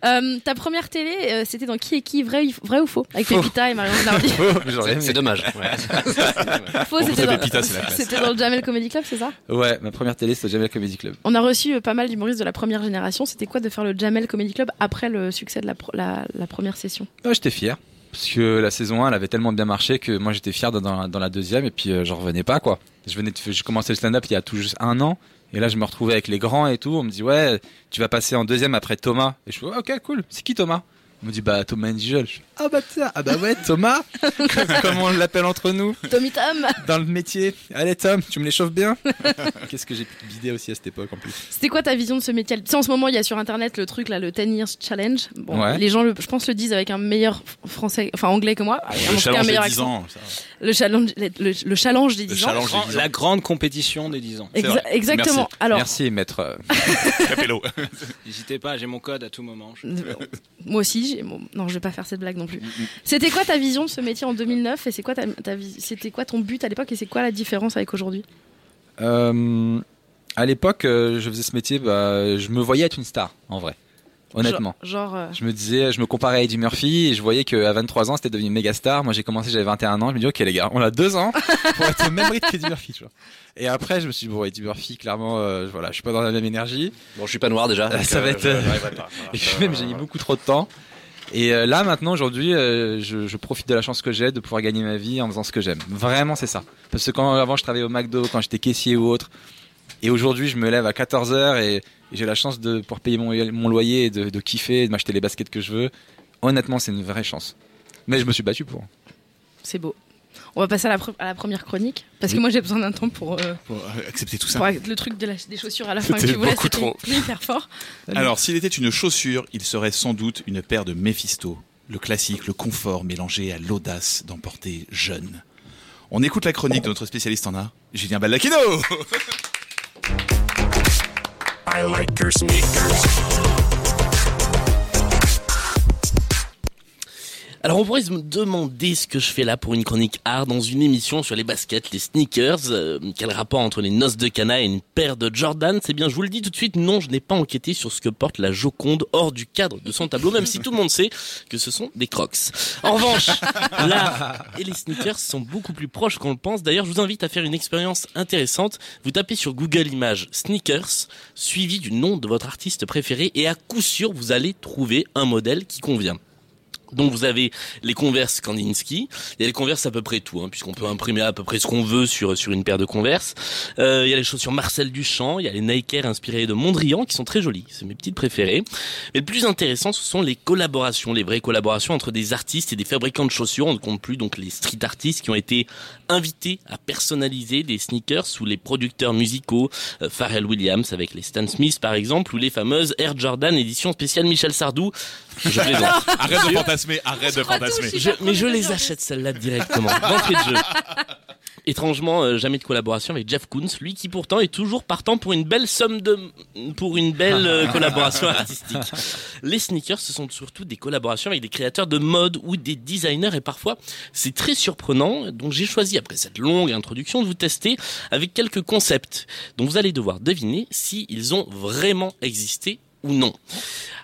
S4: Euh, ta première télé, euh, c'était dans Qui est qui, vrai, vrai ou faux Avec
S6: Faux.
S4: Pépita et Marion Nardi.
S6: J'aurais
S7: C'est
S6: aimé.
S7: c'est dommage. ouais.
S4: Faux,
S5: Pour
S4: c'était
S5: vous,
S4: dans,
S5: Pépita, c'est la classe.
S4: c'était dans le Jamel Comedy Club, c'est ça
S6: Ouais, ma première télé, c'était jamais le Comedy Club.
S4: On a reçu euh, pas mal d'humoristes de la première génération. C'était quoi de faire le Jamel Comedy Club après le succès de la, pro- la- la première session
S6: Ouais, Bah, j'étais fier. Parce que la saison 1, elle avait tellement bien marché que moi, j'étais fier dans, dans la- dans la deuxième et puis euh, j'en revenais pas, quoi. Je venais de, f- je commençais le stand-up il y a tout juste un an. Et là, je me retrouvais avec les grands et tout. On me dit, ouais, tu vas passer en deuxième après Thomas. Et je fais, Ouais, ok, cool. C'est qui Thomas On me dit, bah, Thomas Angel. Je fais, Ah, bah, putain. Ah, bah, ouais, Thomas. Comme on l'appelle entre nous,
S4: Tommy Tom
S6: dans le métier. Allez, Tom, tu me les chauffes bien. Qu'est-ce que j'ai pu te bider aussi à cette époque, en plus.
S4: C'était quoi ta vision de ce métier Tu sais, en ce moment, il y a sur Internet le truc, là, le 10 Years Challenge. Bon,
S6: Ouais.
S4: les gens, le- je pense, le disent avec un meilleur f- français, enfin anglais que moi. En tout
S5: Le
S4: cas, un
S5: challenge
S4: meilleur
S5: des 10
S4: accent.
S5: ans. ça.
S4: Le challenge, le, le- le challenge des
S5: Le
S4: 10 ans.
S8: Oh,
S5: challenge des 10 ans.
S8: La grande compétition des 10 ans.
S4: Exa- exactement. Alors,
S6: Merci, maître. euh,
S5: Capello.
S8: N'hésitez pas, j'ai mon code à tout moment. Je-
S4: Euh, Moi aussi, j'ai... bon, non, je vais pas faire cette blague non
S5: Mm,
S4: plus. C'était quoi ta vision de ce métier en 2009 et c'est quoi ta, ta vis- c'était quoi ton but à l'époque et c'est quoi la différence avec aujourd'hui
S6: Euh, à l'époque, euh, je faisais ce métier, bah, je me voyais être une star, en vrai. Honnêtement.
S4: Genre, genre, euh,
S6: Je me disais, je me comparais à Eddie Murphy et je voyais qu'à 23 ans, c'était devenu une méga star. Moi, j'ai commencé, j'avais 21 ans. Je me dis, ok, les gars, on a deux ans pour être au même rythme qu'Eddie Murphy, tu vois. Et après, je me suis dit, bon, Eddie Murphy, clairement, euh, voilà, je suis pas dans la même énergie.
S7: Bon, je suis pas noir déjà.
S6: Ah,
S7: donc,
S6: ça va être,
S7: je-
S6: euh,
S7: j'arriverai pas.
S6: Et puis même, j'ai mis beaucoup trop de temps. Et euh, là, maintenant, aujourd'hui, euh, je, je profite de la chance que j'ai de pouvoir gagner ma vie en faisant ce que j'aime. Vraiment, c'est ça. Parce que quand avant, je travaillais au McDo, quand j'étais caissier ou autre, et aujourd'hui, je me lève à 14h et, et j'ai la chance de pouvoir payer mon, mon loyer et de, de kiffer et de m'acheter les baskets que je veux. Honnêtement, c'est une vraie chance. Mais je me suis battu pour.
S4: c'est beau. On va passer à la, pre- à la première chronique parce que moi j'ai besoin d'un temps pour, euh,
S5: Pour, euh, accepter tout ça.
S4: pour le truc de la- des chaussures à la fin que
S5: C'était
S4: tu voulais.
S5: beaucoup
S4: c'était
S5: trop.
S4: hyper fort.
S5: Alors, s'il était une chaussure, il serait sans doute une paire de Mephisto. Le classique, le confort mélangé à l'audace d'emporter jeune. On écoute la chronique de notre spécialiste en art, Julien Baldacchino
S10: Alors on pourrait se demander ce que je fais là pour une chronique art dans une émission sur les baskets, les sneakers. Euh, quel rapport entre les noces de Cana et une paire de Jordan C'est bien, je vous le dis tout de suite, non, je n'ai pas enquêté sur ce que porte la Joconde hors du cadre de son tableau, même si tout le monde sait que ce sont des crocs. En revanche, l'art et les sneakers sont beaucoup plus proches qu'on le pense. D'ailleurs, je vous invite à faire une expérience intéressante. Vous tapez sur Google Images sneakers, suivi du nom de votre artiste préféré, et à coup sûr, vous allez trouver un modèle qui convient. Donc vous avez les Converse Kandinsky, il y a les Converse à peu près tout, hein, puisqu'on peut imprimer à peu près ce qu'on veut sur sur une paire de Converse. Euh, il y a les chaussures Marcel Duchamp, il y a les Nike Air inspirées de Mondrian qui sont très jolies, c'est mes petites préférées. Mais le plus intéressant, ce sont les collaborations, les vraies collaborations entre des artistes et des fabricants de chaussures. On ne compte plus donc les street artistes qui ont été invités à personnaliser des sneakers sous les producteurs musicaux euh, Pharrell Williams avec les Stan Smith par exemple, ou les fameuses Air Jordan édition spéciale Michel Sardou. Je plaisante.
S5: Arrête de fantasmer, arrête de fantasmer
S10: Je- mais je les achète celles-là directement. D'entrée de jeu. Étrangement, euh, jamais de collaboration avec Jeff Koons, lui qui pourtant est toujours partant pour une belle somme de, pour une belle euh, collaboration artistique. Les sneakers, ce sont surtout des collaborations avec des créateurs de mode ou des designers et parfois c'est très surprenant. Donc j'ai choisi après cette longue introduction de vous tester avec quelques concepts dont vous allez devoir deviner si ils ont vraiment existé ou non.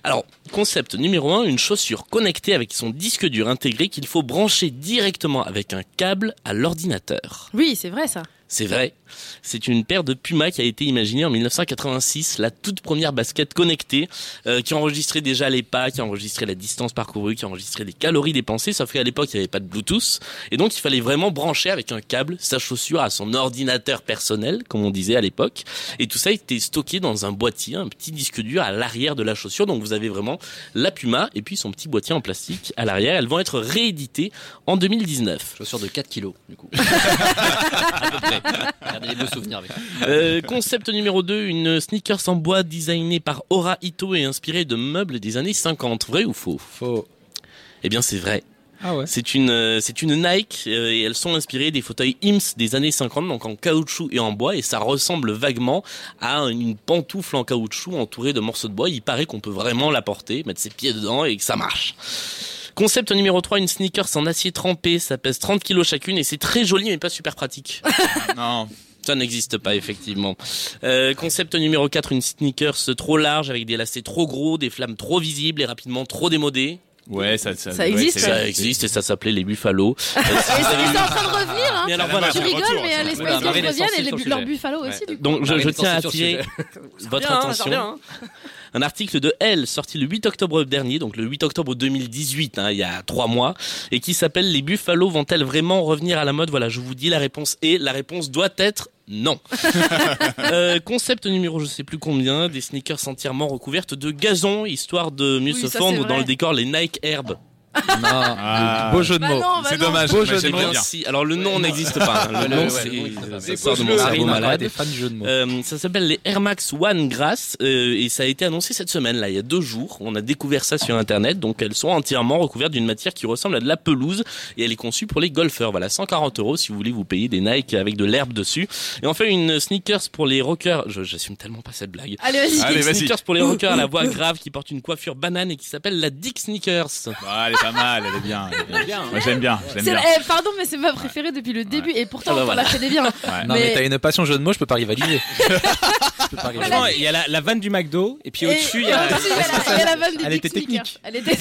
S10: Alors, concept numéro 1, une chaussure connectée avec son disque dur intégré qu'il faut brancher directement avec un câble à l'ordinateur.
S4: Oui, c'est vrai ça.
S10: C'est vrai, c'est une paire de Puma qui a été imaginée en 1986, la toute première basket connectée, euh, qui enregistrait déjà les pas, qui enregistrait la distance parcourue, qui enregistrait les calories dépensées, sauf qu'à l'époque il n'y avait pas de Bluetooth, et donc il fallait vraiment brancher avec un câble sa chaussure à son ordinateur personnel, comme on disait à l'époque, et tout ça était stocké dans un boîtier, un petit disque dur à l'arrière de la chaussure, donc vous avez vraiment la Puma et puis son petit boîtier en plastique à l'arrière, elles vont être rééditées en 2019.
S7: Chaussures de 4 kilos, du coup.
S10: À peu près.
S7: Regardez les beaux souvenirs avec.
S10: Euh, concept numéro 2, une sneakers en bois designée par Ora Ito et inspirée de meubles des années 50. Vrai ou faux
S6: Faux.
S10: Eh bien, c'est vrai.
S6: Ah ouais.
S10: C'est une, euh, c'est une Nike euh, et elles sont inspirées des fauteuils IMS des années 50, donc en caoutchouc et en bois, et ça ressemble vaguement à une pantoufle en caoutchouc entourée de morceaux de bois. Il paraît qu'on peut vraiment la porter, mettre ses pieds dedans et que ça marche. Concept numéro 3, une sneakers en acier trempé, ça pèse 30 kilos chacune et c'est très joli mais pas super pratique.
S5: Non,
S10: Ça n'existe pas, effectivement. Euh, concept numéro 4, une sneakers trop large avec des lacets trop gros, des flammes trop visibles et rapidement trop démodées.
S5: Ouais, ça, ça,
S4: Ça existe,
S5: c'est-
S4: ouais.
S10: Ça existe et ça s'appelait les Buffalo. Euh, si vous
S4: Et
S10: avez-
S4: c'est en train de revenir, hein.
S10: Mais alors voilà,
S4: tu
S10: c'est un
S4: rigoles,
S6: retour,
S4: mais euh, les
S6: Voilà,
S4: Space Girls
S6: Marine est
S4: reviennent et
S6: sensible
S4: les
S6: sur le
S4: bu- leurs
S6: sujet.
S4: buffalo aussi, du coup.
S10: donc je,
S7: Arrêtez
S10: je
S7: de
S10: tiens à
S7: sortir sur le
S10: attirer votre
S3: Bien, hein, ça
S10: attention.
S3: revient, hein.
S10: Un article de Elle sorti le 8 octobre dernier, donc le 8 octobre 2018, hein, il y a trois mois, et qui s'appelle Les Buffalo vont-elles vraiment revenir à la mode Voilà, je vous dis la réponse et la réponse doit être non. Euh, concept numéro je sais plus combien, des sneakers entièrement recouvertes de gazon, histoire de mieux
S4: Oui,
S10: se
S4: ça, c'est
S10: fondre
S4: vrai.
S10: dans le décor, les Nike Herbe.
S5: Ah.
S6: Beau jeu de
S2: Bah
S6: mots.
S2: non, bah
S5: C'est
S2: non.
S5: dommage,
S6: Beau
S5: moi,
S6: jeu de
S5: Ah, j'aimerais
S6: mots.
S5: bien.
S10: Merci. Eh Alors le nom n'existe pas. hein. Le
S7: Ouais,
S10: nom,
S7: ouais, ouais,
S10: c'est-
S7: le nom, il
S10: ça
S7: existe
S10: sort de mon
S8: Dépose-le.
S10: cerveau
S6: Marine a
S10: malade.
S6: des fans de jeux de mots.
S10: Euh, ça s'appelle les Air Max One Grass euh, et ça a été annoncé cette semaine, là, il y a deux jours. On a découvert ça sur Internet, donc elles sont entièrement recouvertes d'une matière qui ressemble à de la pelouse et elle est conçue pour les golfeurs. Voilà, 140 euros si vous voulez vous payer des Nike avec de l'herbe dessus. Et enfin, une sneakers pour les rockers. Je J'assume tellement pas cette blague.
S4: Allez, vas-y.
S5: Allez,
S10: une
S5: vas-y.
S10: sneakers pour les rockers à la voix grave qui porte une coiffure banane et qui s'appelle la Dick Sneakers.
S5: Bah, elle est pas mal, elle est bien. elle est bien.
S7: Bien, hein.
S5: Moi, j'aime bien, j'aime
S4: C'est
S5: bien.
S4: la- eh, pardon, mais c'est ma préférée depuis le début et pourtant
S10: Ah bah
S4: on
S10: voilà.
S4: la fait des biens.
S6: Non, mais,
S4: Mais-
S6: t'as une passion jeu de mots, je peux pas rivaliser. je peux pas rivaliser.
S4: Voilà.
S3: Franchement, il y a la, la vanne du McDo, et puis
S4: Et-
S3: au-dessus, il y
S4: et
S3: a.
S4: au-dessus, il y a la- il y a la vanne des
S6: Elle
S4: Dick
S6: était technique.
S4: Sneakers. Elle était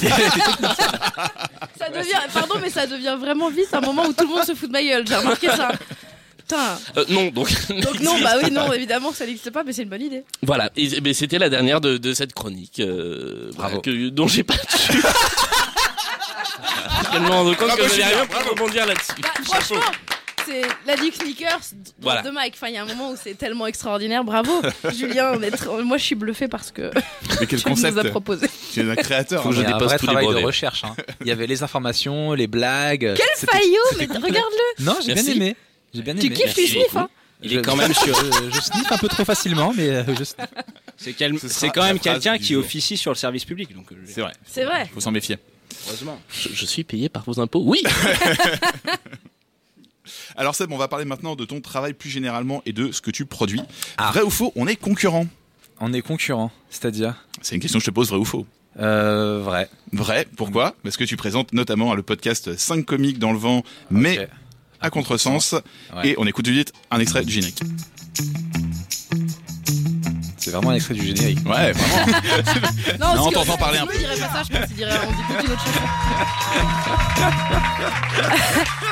S4: ça devient, pardon, mais ça devient vraiment vite un moment où tout le monde se fout de ma gueule. J'ai remarqué ça. Putain.
S10: Euh, non, donc.
S4: Donc non, bah oui, non, évidemment que ça n'existe pas, mais c'est une bonne idée.
S10: Voilà, et, eh ben, c'était la dernière de, de cette chronique, euh,
S6: Bravo.
S10: que- dont j'ai pas dessus. Parce qu'elle me rend compte que j'avais rien pour rebondir là-dessus.
S4: Bah, franchement, c'est la Dick Sneakers d-
S10: Voilà.
S4: de Mike. Enfin, il y a un moment où c'est tellement extraordinaire. Bravo, Julien. on est tr- Moi, je suis bluffé parce que
S5: Mais quel
S4: tu nous
S5: concept
S4: as proposé.
S5: Tu es un créateur. hein.
S10: Faut que je
S6: Il y a un
S10: dépose
S6: vrai
S10: tous les
S6: travail de
S10: brevets.
S6: recherche. hein. Il y avait les informations, les blagues.
S4: Quel
S6: C'était-
S4: faillot, mais regarde-le.
S6: Non, j'ai bien
S10: Merci.
S6: aimé. J'ai bien
S4: Tu
S6: aimé.
S4: kiffes, tu
S10: merci
S4: sniffes.
S10: beaucoup.
S4: Hein.
S6: Il est quand même je, euh, je sniffe un peu trop facilement, mais euh, je sniffe.
S3: C'est quel-
S5: Ce sera
S3: c'est quand même
S5: la phrase
S3: quelqu'un
S5: du
S3: qui
S5: jour.
S3: officie sur le service public, donc. euh,
S5: C'est vrai,
S4: C'est vrai.
S5: faut s'en méfier.
S3: Heureusement.
S10: Je, je suis payé par vos impôts, oui
S5: Alors Seb, on va parler maintenant de ton travail plus généralement et de ce que tu produis.
S6: Ah.
S5: Vrai ou faux, on est concurrent.
S6: On est concurrent, c'est-à-dire
S5: C'est une question que je te pose, vrai ou faux
S6: euh, vrai.
S5: Vrai, pourquoi Parce que tu présentes notamment le podcast 5 comiques dans le vent, mais
S6: Ok.
S5: à contresens.
S6: Ouais.
S5: Et on écoute tout de suite un extrait du générique.
S6: C'est vraiment un extrait du générique.
S5: Ouais, vraiment. Non,
S4: parce que-
S5: t'entends parler un
S4: Je me dirais pas ça, je pense qu'il dirait on débute une autre chose.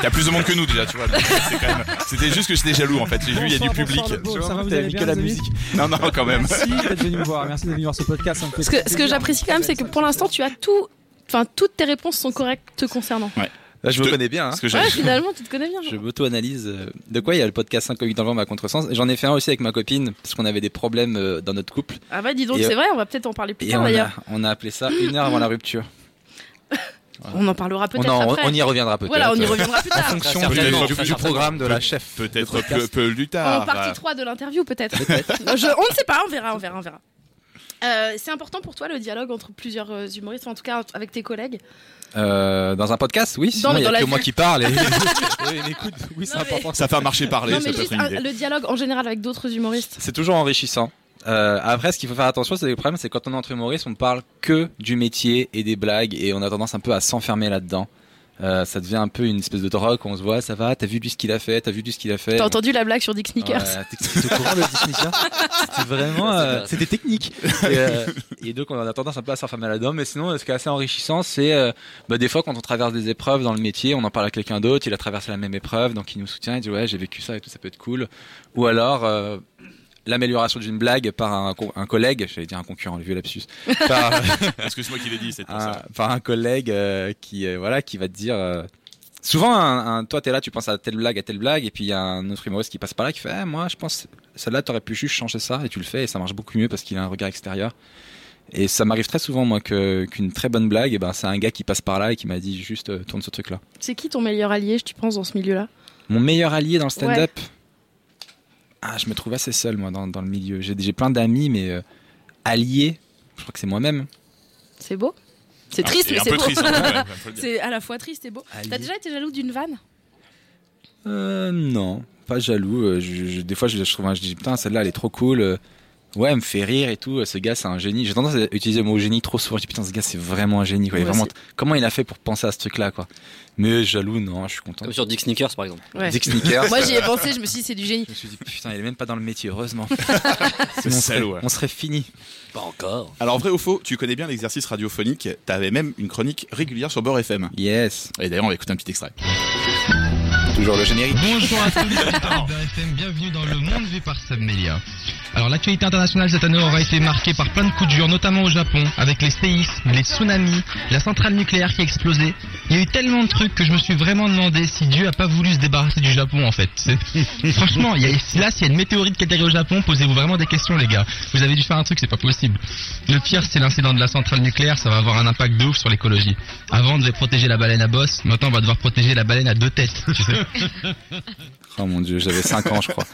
S5: T'as plus de monde que nous déjà, tu vois. donc c'est quand même- C'était juste que j'étais jaloux en fait. J'ai vu, il y a du public.
S9: Ça va, vous
S6: T'as
S9: allez
S6: mis
S9: bien,
S6: que la
S9: les amis
S6: musique.
S5: Non, non, quand même.
S9: d'être venu me voir. Merci d'être venu voir ce podcast. Ça me fait
S4: Ce que, ce que j'apprécie quand même, c'est que pour l'instant, tu as tout. Enfin, toutes tes réponses sont correctes te concernant.
S6: Là, je me
S5: Te-
S6: connais bien. hein.
S5: Parce que j'ai-
S4: Ouais, finalement, tu te connais bien.
S6: Je m'auto-analyse. euh, De quoi il y a le podcast 5 8 dans le vent à contresens. J'en ai fait un aussi avec ma copine parce qu'on avait des problèmes euh, dans notre couple.
S4: Ah bah dis donc,
S6: Et-
S4: c'est vrai, on va peut-être en parler plus
S6: Et
S4: tard
S6: on
S4: Ah, d'ailleurs.
S6: a, on a appelé ça une heure avant la rupture.
S4: On en parlera
S6: On,
S4: peut-être
S6: en-
S4: après.
S6: on y reviendra peut-être.
S4: Voilà, on y reviendra plus
S6: En
S4: tard.
S6: fonction
S5: Certainement.
S6: du, du- du programme de la chef.
S5: peut-être
S6: Le podcast.
S5: peu, peu plus
S4: En
S5: tard.
S4: partie 3 de l'interview peut-être. Je- on ne sait pas, on verra, on verra, on verra. Euh, c'est important pour toi le dialogue entre plusieurs euh, humoristes, enfin, en tout cas ent- avec tes collègues.
S6: Euh, dans un podcast, oui. Sinon,
S4: mais
S6: il y
S4: dans
S6: a
S4: la
S6: que
S4: vie.
S6: moi qui parle. Et... et écoute, oui, c'est
S4: Non, mais-
S6: important.
S5: Ça fait marcher parler,
S4: non
S5: Ah, ça
S4: mais
S5: peut être
S4: juste
S5: une
S4: un-
S5: idée.
S4: le dialogue en général avec d'autres humoristes.
S6: C'est toujours enrichissant. Euh, après, ce qu'il faut faire attention, c'est que le problème, c'est que quand on est entre humoristes, on parle que du métier et des blagues, et on a tendance un peu à s'enfermer là-dedans. Euh, ça devient un peu une espèce de drogue où on se voit, ça va, t'as vu lui ce qu'il a fait, t'as vu lui ce qu'il a fait.
S4: T'as entendu la blague sur Dick Sneakers
S6: Ouais, t'es- t'es au courant de Disney Channel C'était vraiment,
S7: Ça, c'est
S6: euh,
S7: pas-
S6: c'était technique. Et, euh, et donc on a tendance un peu à s'enfermer là-dedans. Mais sinon, euh, ce qui est assez enrichissant, c'est euh, bah, des fois quand on traverse des épreuves dans le métier, on en parle à quelqu'un d'autre, il a traversé la même épreuve, donc il nous soutient, il dit ouais j'ai vécu ça et tout, ça peut être cool. Ou alors euh, l'amélioration d'une blague par un, co- un collègue, j'allais dire un concurrent, le vieux lapsus, par,
S5: Parce que c'est moi qui l'ai dit, c'est pour
S6: un-
S5: ça.
S6: par un collègue euh, qui euh, voilà qui va te dire euh, souvent un, un- toi t'es là tu penses à telle blague à telle blague et puis il y a un autre humoriste qui passe par là qui fait Eh, moi je pense celle-là t'aurais pu juste changer ça et tu le fais et ça marche beaucoup mieux parce qu'il a un regard extérieur et ça m'arrive très souvent moi que qu'une très bonne blague et ben c'est un gars qui passe par là et qui m'a dit juste euh, tourne ce truc là
S4: C'est qui ton meilleur allié, je tu penses, dans ce milieu-là
S6: mon meilleur allié dans le stand-up ah je me trouve assez seul moi dans, dans le milieu j'ai j'ai plein d'amis mais euh, alliés je crois que c'est moi-même
S4: C'est beau C'est
S5: Ah,
S4: triste,
S5: et
S4: mais
S5: un
S4: c'est
S5: peu
S4: beau.
S5: triste. hein, quand même, faut le dire.
S4: c'est à la fois triste et beau. T'as
S6: Allié.
S4: déjà été jaloux d'une vanne
S6: hein, Euh, non, pas jaloux. euh, je- je- des fois, je, je trouve, un- je dis putain, celle-là, elle est trop cool. euh, ouais, me fait rire et tout. euh, Ce gars, c'est un génie. J'ai tendance à utiliser le mot génie trop souvent. Je dis putain, ce gars, c'est vraiment un génie. Quoi. Il est
S4: Moi
S6: vraiment...
S4: aussi.
S6: Comment il a fait pour penser à ce truc-là, quoi Mais jaloux, non, je suis content.
S7: Comme Ah, sur Dick Sneakers, par exemple.
S4: Ouais.
S6: Dick Sneakers.
S4: Moi j'y ai pensé, je me suis dit c'est du génie.
S6: Je me suis dit putain, il est même pas dans le métier, heureusement.
S5: C'est
S6: on, serait,
S5: salaud, ouais.
S6: on serait fini.
S10: Pas encore.
S5: Alors, vrai ou faux, tu connais bien l'exercice radiophonique. T'avais même une chronique régulière sur Beurre FM.
S6: Yes.
S5: Et d'ailleurs, on va écouter un petit extrait. Toujours le générique.
S11: Bonjour à tous les auditeurs de RFM, bienvenue dans le monde vu par Submedia. Alors l'actualité internationale cette année aura été marquée par plein de coups durs, notamment au Japon, avec les séismes, les tsunamis, la centrale nucléaire qui a explosé. Il y a eu tellement de trucs que je me suis vraiment demandé si Dieu a pas voulu se débarrasser du Japon en fait. C'est- Franchement, il y a- là s'il y a une météorite qui atterrit au Japon, posez-vous vraiment des questions les gars. Vous avez dû faire un truc, c'est pas possible. Le pire c'est l'incident de la centrale nucléaire, ça va avoir un impact de ouf sur l'écologie. Avant on devait protéger la baleine à bosse, maintenant on va devoir protéger la baleine à deux têtes, tu sais.
S6: Oh mon dieu, j'avais 5 ans, je crois.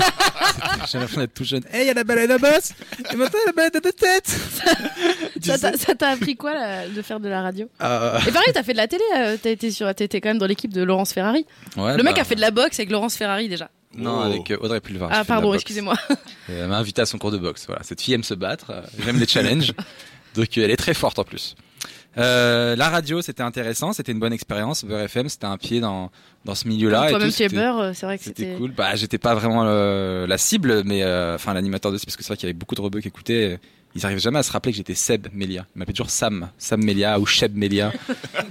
S6: C'était- J'ai l'impression d'être tout jeune. Hey, il y a la baleine à bosse Et maintenant, il y a la baleine à deux têtes
S4: Ça t'a- ça t'a appris quoi là, de faire de la radio
S6: Euh,
S4: Et pareil, t'as fait de la télé, euh, t'as été sur, t'étais quand même dans l'équipe de Laurence Ferrari.
S6: ouais,
S4: le mec
S6: bah,
S4: a fait de la boxe avec Laurence Ferrari déjà.
S6: Non,
S5: Oh.
S6: avec euh, Audrey Pulvar. j'ai
S4: Ah
S6: fait de la
S4: pardon,
S6: boxe.
S4: excusez-moi.
S6: Et Euh, Elle m'a invité à son cours de boxe. Voilà. Cette fille aime se battre, euh, j'aime les challenges. Donc euh, elle est très forte en plus. Euh, la radio, c'était intéressant, c'était une bonne expérience. Beurre FM, c'était un pied dans, dans ce milieu-là. Bah, et
S4: Toi-même
S6: tout,
S4: tu es
S6: c'était-
S4: beurre, euh, c'est vrai que
S6: C'était
S4: c'était.
S6: cool. Bah, j'étais pas vraiment euh, la cible, mais euh, enfin l'animateur de ce, parce que c'est vrai qu'il y avait beaucoup de rebeux qui écoutaient. euh, Ils arrivaient jamais à se rappeler que j'étais Seb Melia. Ils m'appelaient toujours Sam, Sam Melia ou Cheb Melia.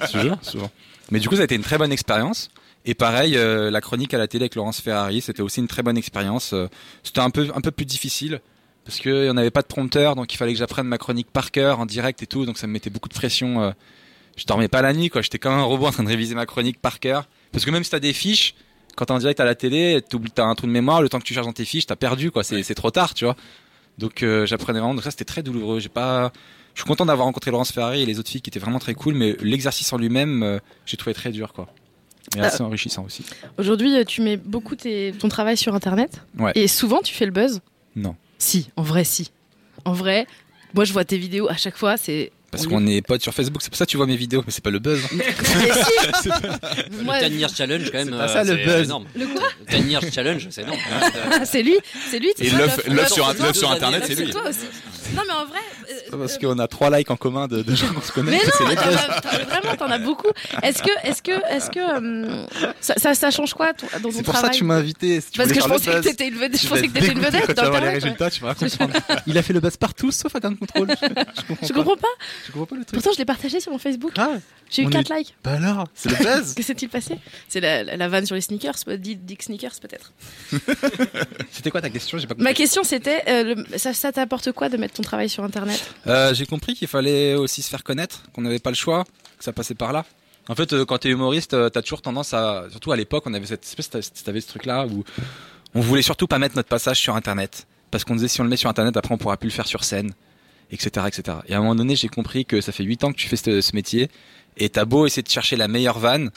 S6: Je te jure, souvent. Mais du coup, ça a été une très bonne expérience. Et pareil, euh, la chronique à la télé avec Laurence Ferrari, c'était aussi une très bonne expérience. Euh, C'était un peu un peu plus difficile parce que on n'avait pas de prompteur, donc il fallait que j'apprenne ma chronique par cœur en direct et tout, donc ça me mettait beaucoup de pression. euh, je dormais pas la nuit, quoi. J'étais comme un robot en train de réviser ma chronique par cœur. Parce que même si t'as des fiches, quand t'es en direct à la télé, t'oublies- t'as un trou de mémoire, le temps que tu charges dans tes fiches, t'as perdu, quoi. C'est c'est trop tard, tu vois. Donc euh, j'apprenais vraiment. Donc ça, c'était très douloureux. J'ai pas. Je suis content d'avoir rencontré Laurence Ferrari et les autres filles qui étaient vraiment très cool, mais l'exercice en lui-même, euh, j'ai trouvé très dur, quoi. Mais assez enrichissant aussi.
S4: Aujourd'hui, euh, tu mets beaucoup tes- ton travail sur internet.
S6: Ouais.
S4: Et souvent, tu fais le buzz.
S6: Non.
S4: Si, en vrai, si. En vrai, moi, je vois tes vidéos à chaque fois. C'est.
S6: Parce
S4: on-
S6: qu'on est potes sur Facebook, c'est pour ça que tu vois mes vidéos, mais c'est pas le buzz. hein.
S4: Moi,
S7: Le 10 Years Challenge, quand même. euh,
S6: pas ça, le
S7: c'est
S6: buzz.
S7: énorme.
S4: Le quoi
S7: Le 10 Years Challenge, c'est énorme.
S4: c'est lui, c'est lui.
S5: Et
S4: toi,
S5: l'œuf
S4: Love.
S5: l'œuf sur,
S7: Love,
S5: l'œuf sur
S7: c'est
S5: Internet, c'est lui.
S4: toi aussi. Non, mais en vrai. euh,
S6: C'est pas parce
S4: euh,
S6: qu'on a trois likes en commun de, de gens qu'on se connaît.
S4: Mais
S6: que c'est
S4: non,
S6: le
S4: t'en
S6: buzz.
S4: as- t'en- vraiment, t'en as beaucoup. Est-ce que, est-ce que, est-ce que hum, ça, ça, ça change quoi ton- dans ton
S6: C'est pour ça
S4: travail
S6: que tu m'as invité. si tu
S4: Parce
S6: voulais
S4: que je
S6: faire le
S4: pensais que
S6: buzz.
S4: t'étais une vedette, je
S6: Tu
S4: pensais
S6: vas
S4: que t'étais
S6: être
S4: une
S6: dégoûté
S4: vedette
S6: quand tu vas voir les
S4: d'internet. ouais.
S6: résultats, tu vas comprendre. Il a fait le buzz partout sauf à Gun Control. Je comprends,
S4: Je comprends pas.
S6: pas. Je comprends pas le truc.
S4: Pourtant, je l'ai partagé sur mon Facebook.
S6: Grave.
S4: J'ai eu
S6: On
S4: 4 likes.
S6: Bah alors, c'est le buzz.
S4: Que s'est-il passé C'est la, la, la vanne sur les sneakers, peut- dit- Dick Sneakers peut-être.
S6: C'était quoi ta question J'ai pas
S4: Ma question c'était, euh, le- ça, ça t'apporte quoi de mettre ton travail sur internet
S6: Euh, J'ai compris qu'il fallait aussi se faire connaître, qu'on n'avait pas le choix, que ça passait par là. En fait, euh, quand t'es humoriste, euh, t'as toujours tendance à, surtout à l'époque, on avait cette espèce, t'avais- t'avais ce truc-là où on voulait surtout pas mettre notre passage sur Internet, parce qu'on disait si on le met sur Internet, après on pourra plus le faire sur scène, etc., etc. Et à un moment donné, j'ai compris que ça fait 8 ans que tu fais ce, ce métier, et t'as beau essayer de chercher la meilleure vanne,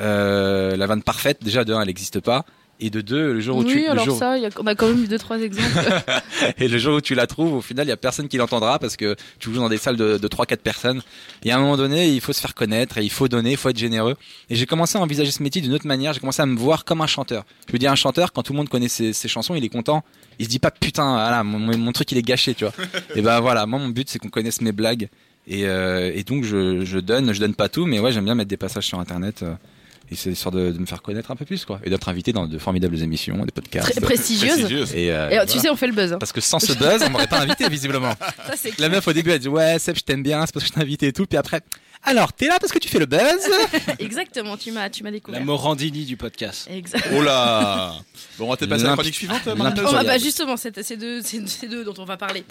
S6: euh, la vanne parfaite, déjà de un, elle n'existe pas, et de deux, le jour où tu,
S4: Oui,
S6: le
S4: alors
S6: jour-
S4: ça, il y a- on a quand même eu deux trois exemples.
S6: et le jour où tu la trouves, au final, il y a personne qui l'entendra parce que tu joues dans des salles de, de 3-4 personnes. Et à un moment donné, il faut se faire connaître et il faut donner, il faut être généreux. Et j'ai commencé à envisager ce métier d'une autre manière. J'ai commencé à me voir comme un chanteur. Je veux dire, un chanteur, quand tout le monde connaît ses, ses chansons, il est content. Il se dit pas putain, voilà, mon, mon- mon truc il est gâché, tu vois. et ben voilà, moi mon but c'est qu'on connaisse mes blagues. Et, euh, et donc je, je donne, je donne pas tout, mais ouais, j'aime bien mettre des passages sur internet. euh, et c'est histoire de, de me faire connaître un peu plus, quoi. Et d'être invité dans de formidables émissions, des podcasts.
S4: Très prestigieuses.
S5: Prestigieux.
S6: Et,
S4: Et
S6: euh,
S4: alors,
S6: voilà.
S4: tu sais, on fait le buzz. hein.
S6: Parce que sans ce buzz, on m'aurait pas invité, visiblement.
S4: Ça, c'est
S6: La meuf, au début, elle dit Ouais, Seb, je t'aime bien, c'est parce que je t'ai invité et tout. Puis après, alors, t'es là parce que tu fais le buzz
S4: exactement. Tu m'as, tu m'as découvert.
S8: La Morandini du podcast.
S4: Exact.
S5: Oh là Bon, on va peut-être passer à la
S6: Limp-
S5: chronique suivante,
S6: Limp-
S5: Marina
S4: Oh, bah,
S6: Incroyable.
S4: bah, justement, c'est- ces deux, ces ces deux dont on va parler.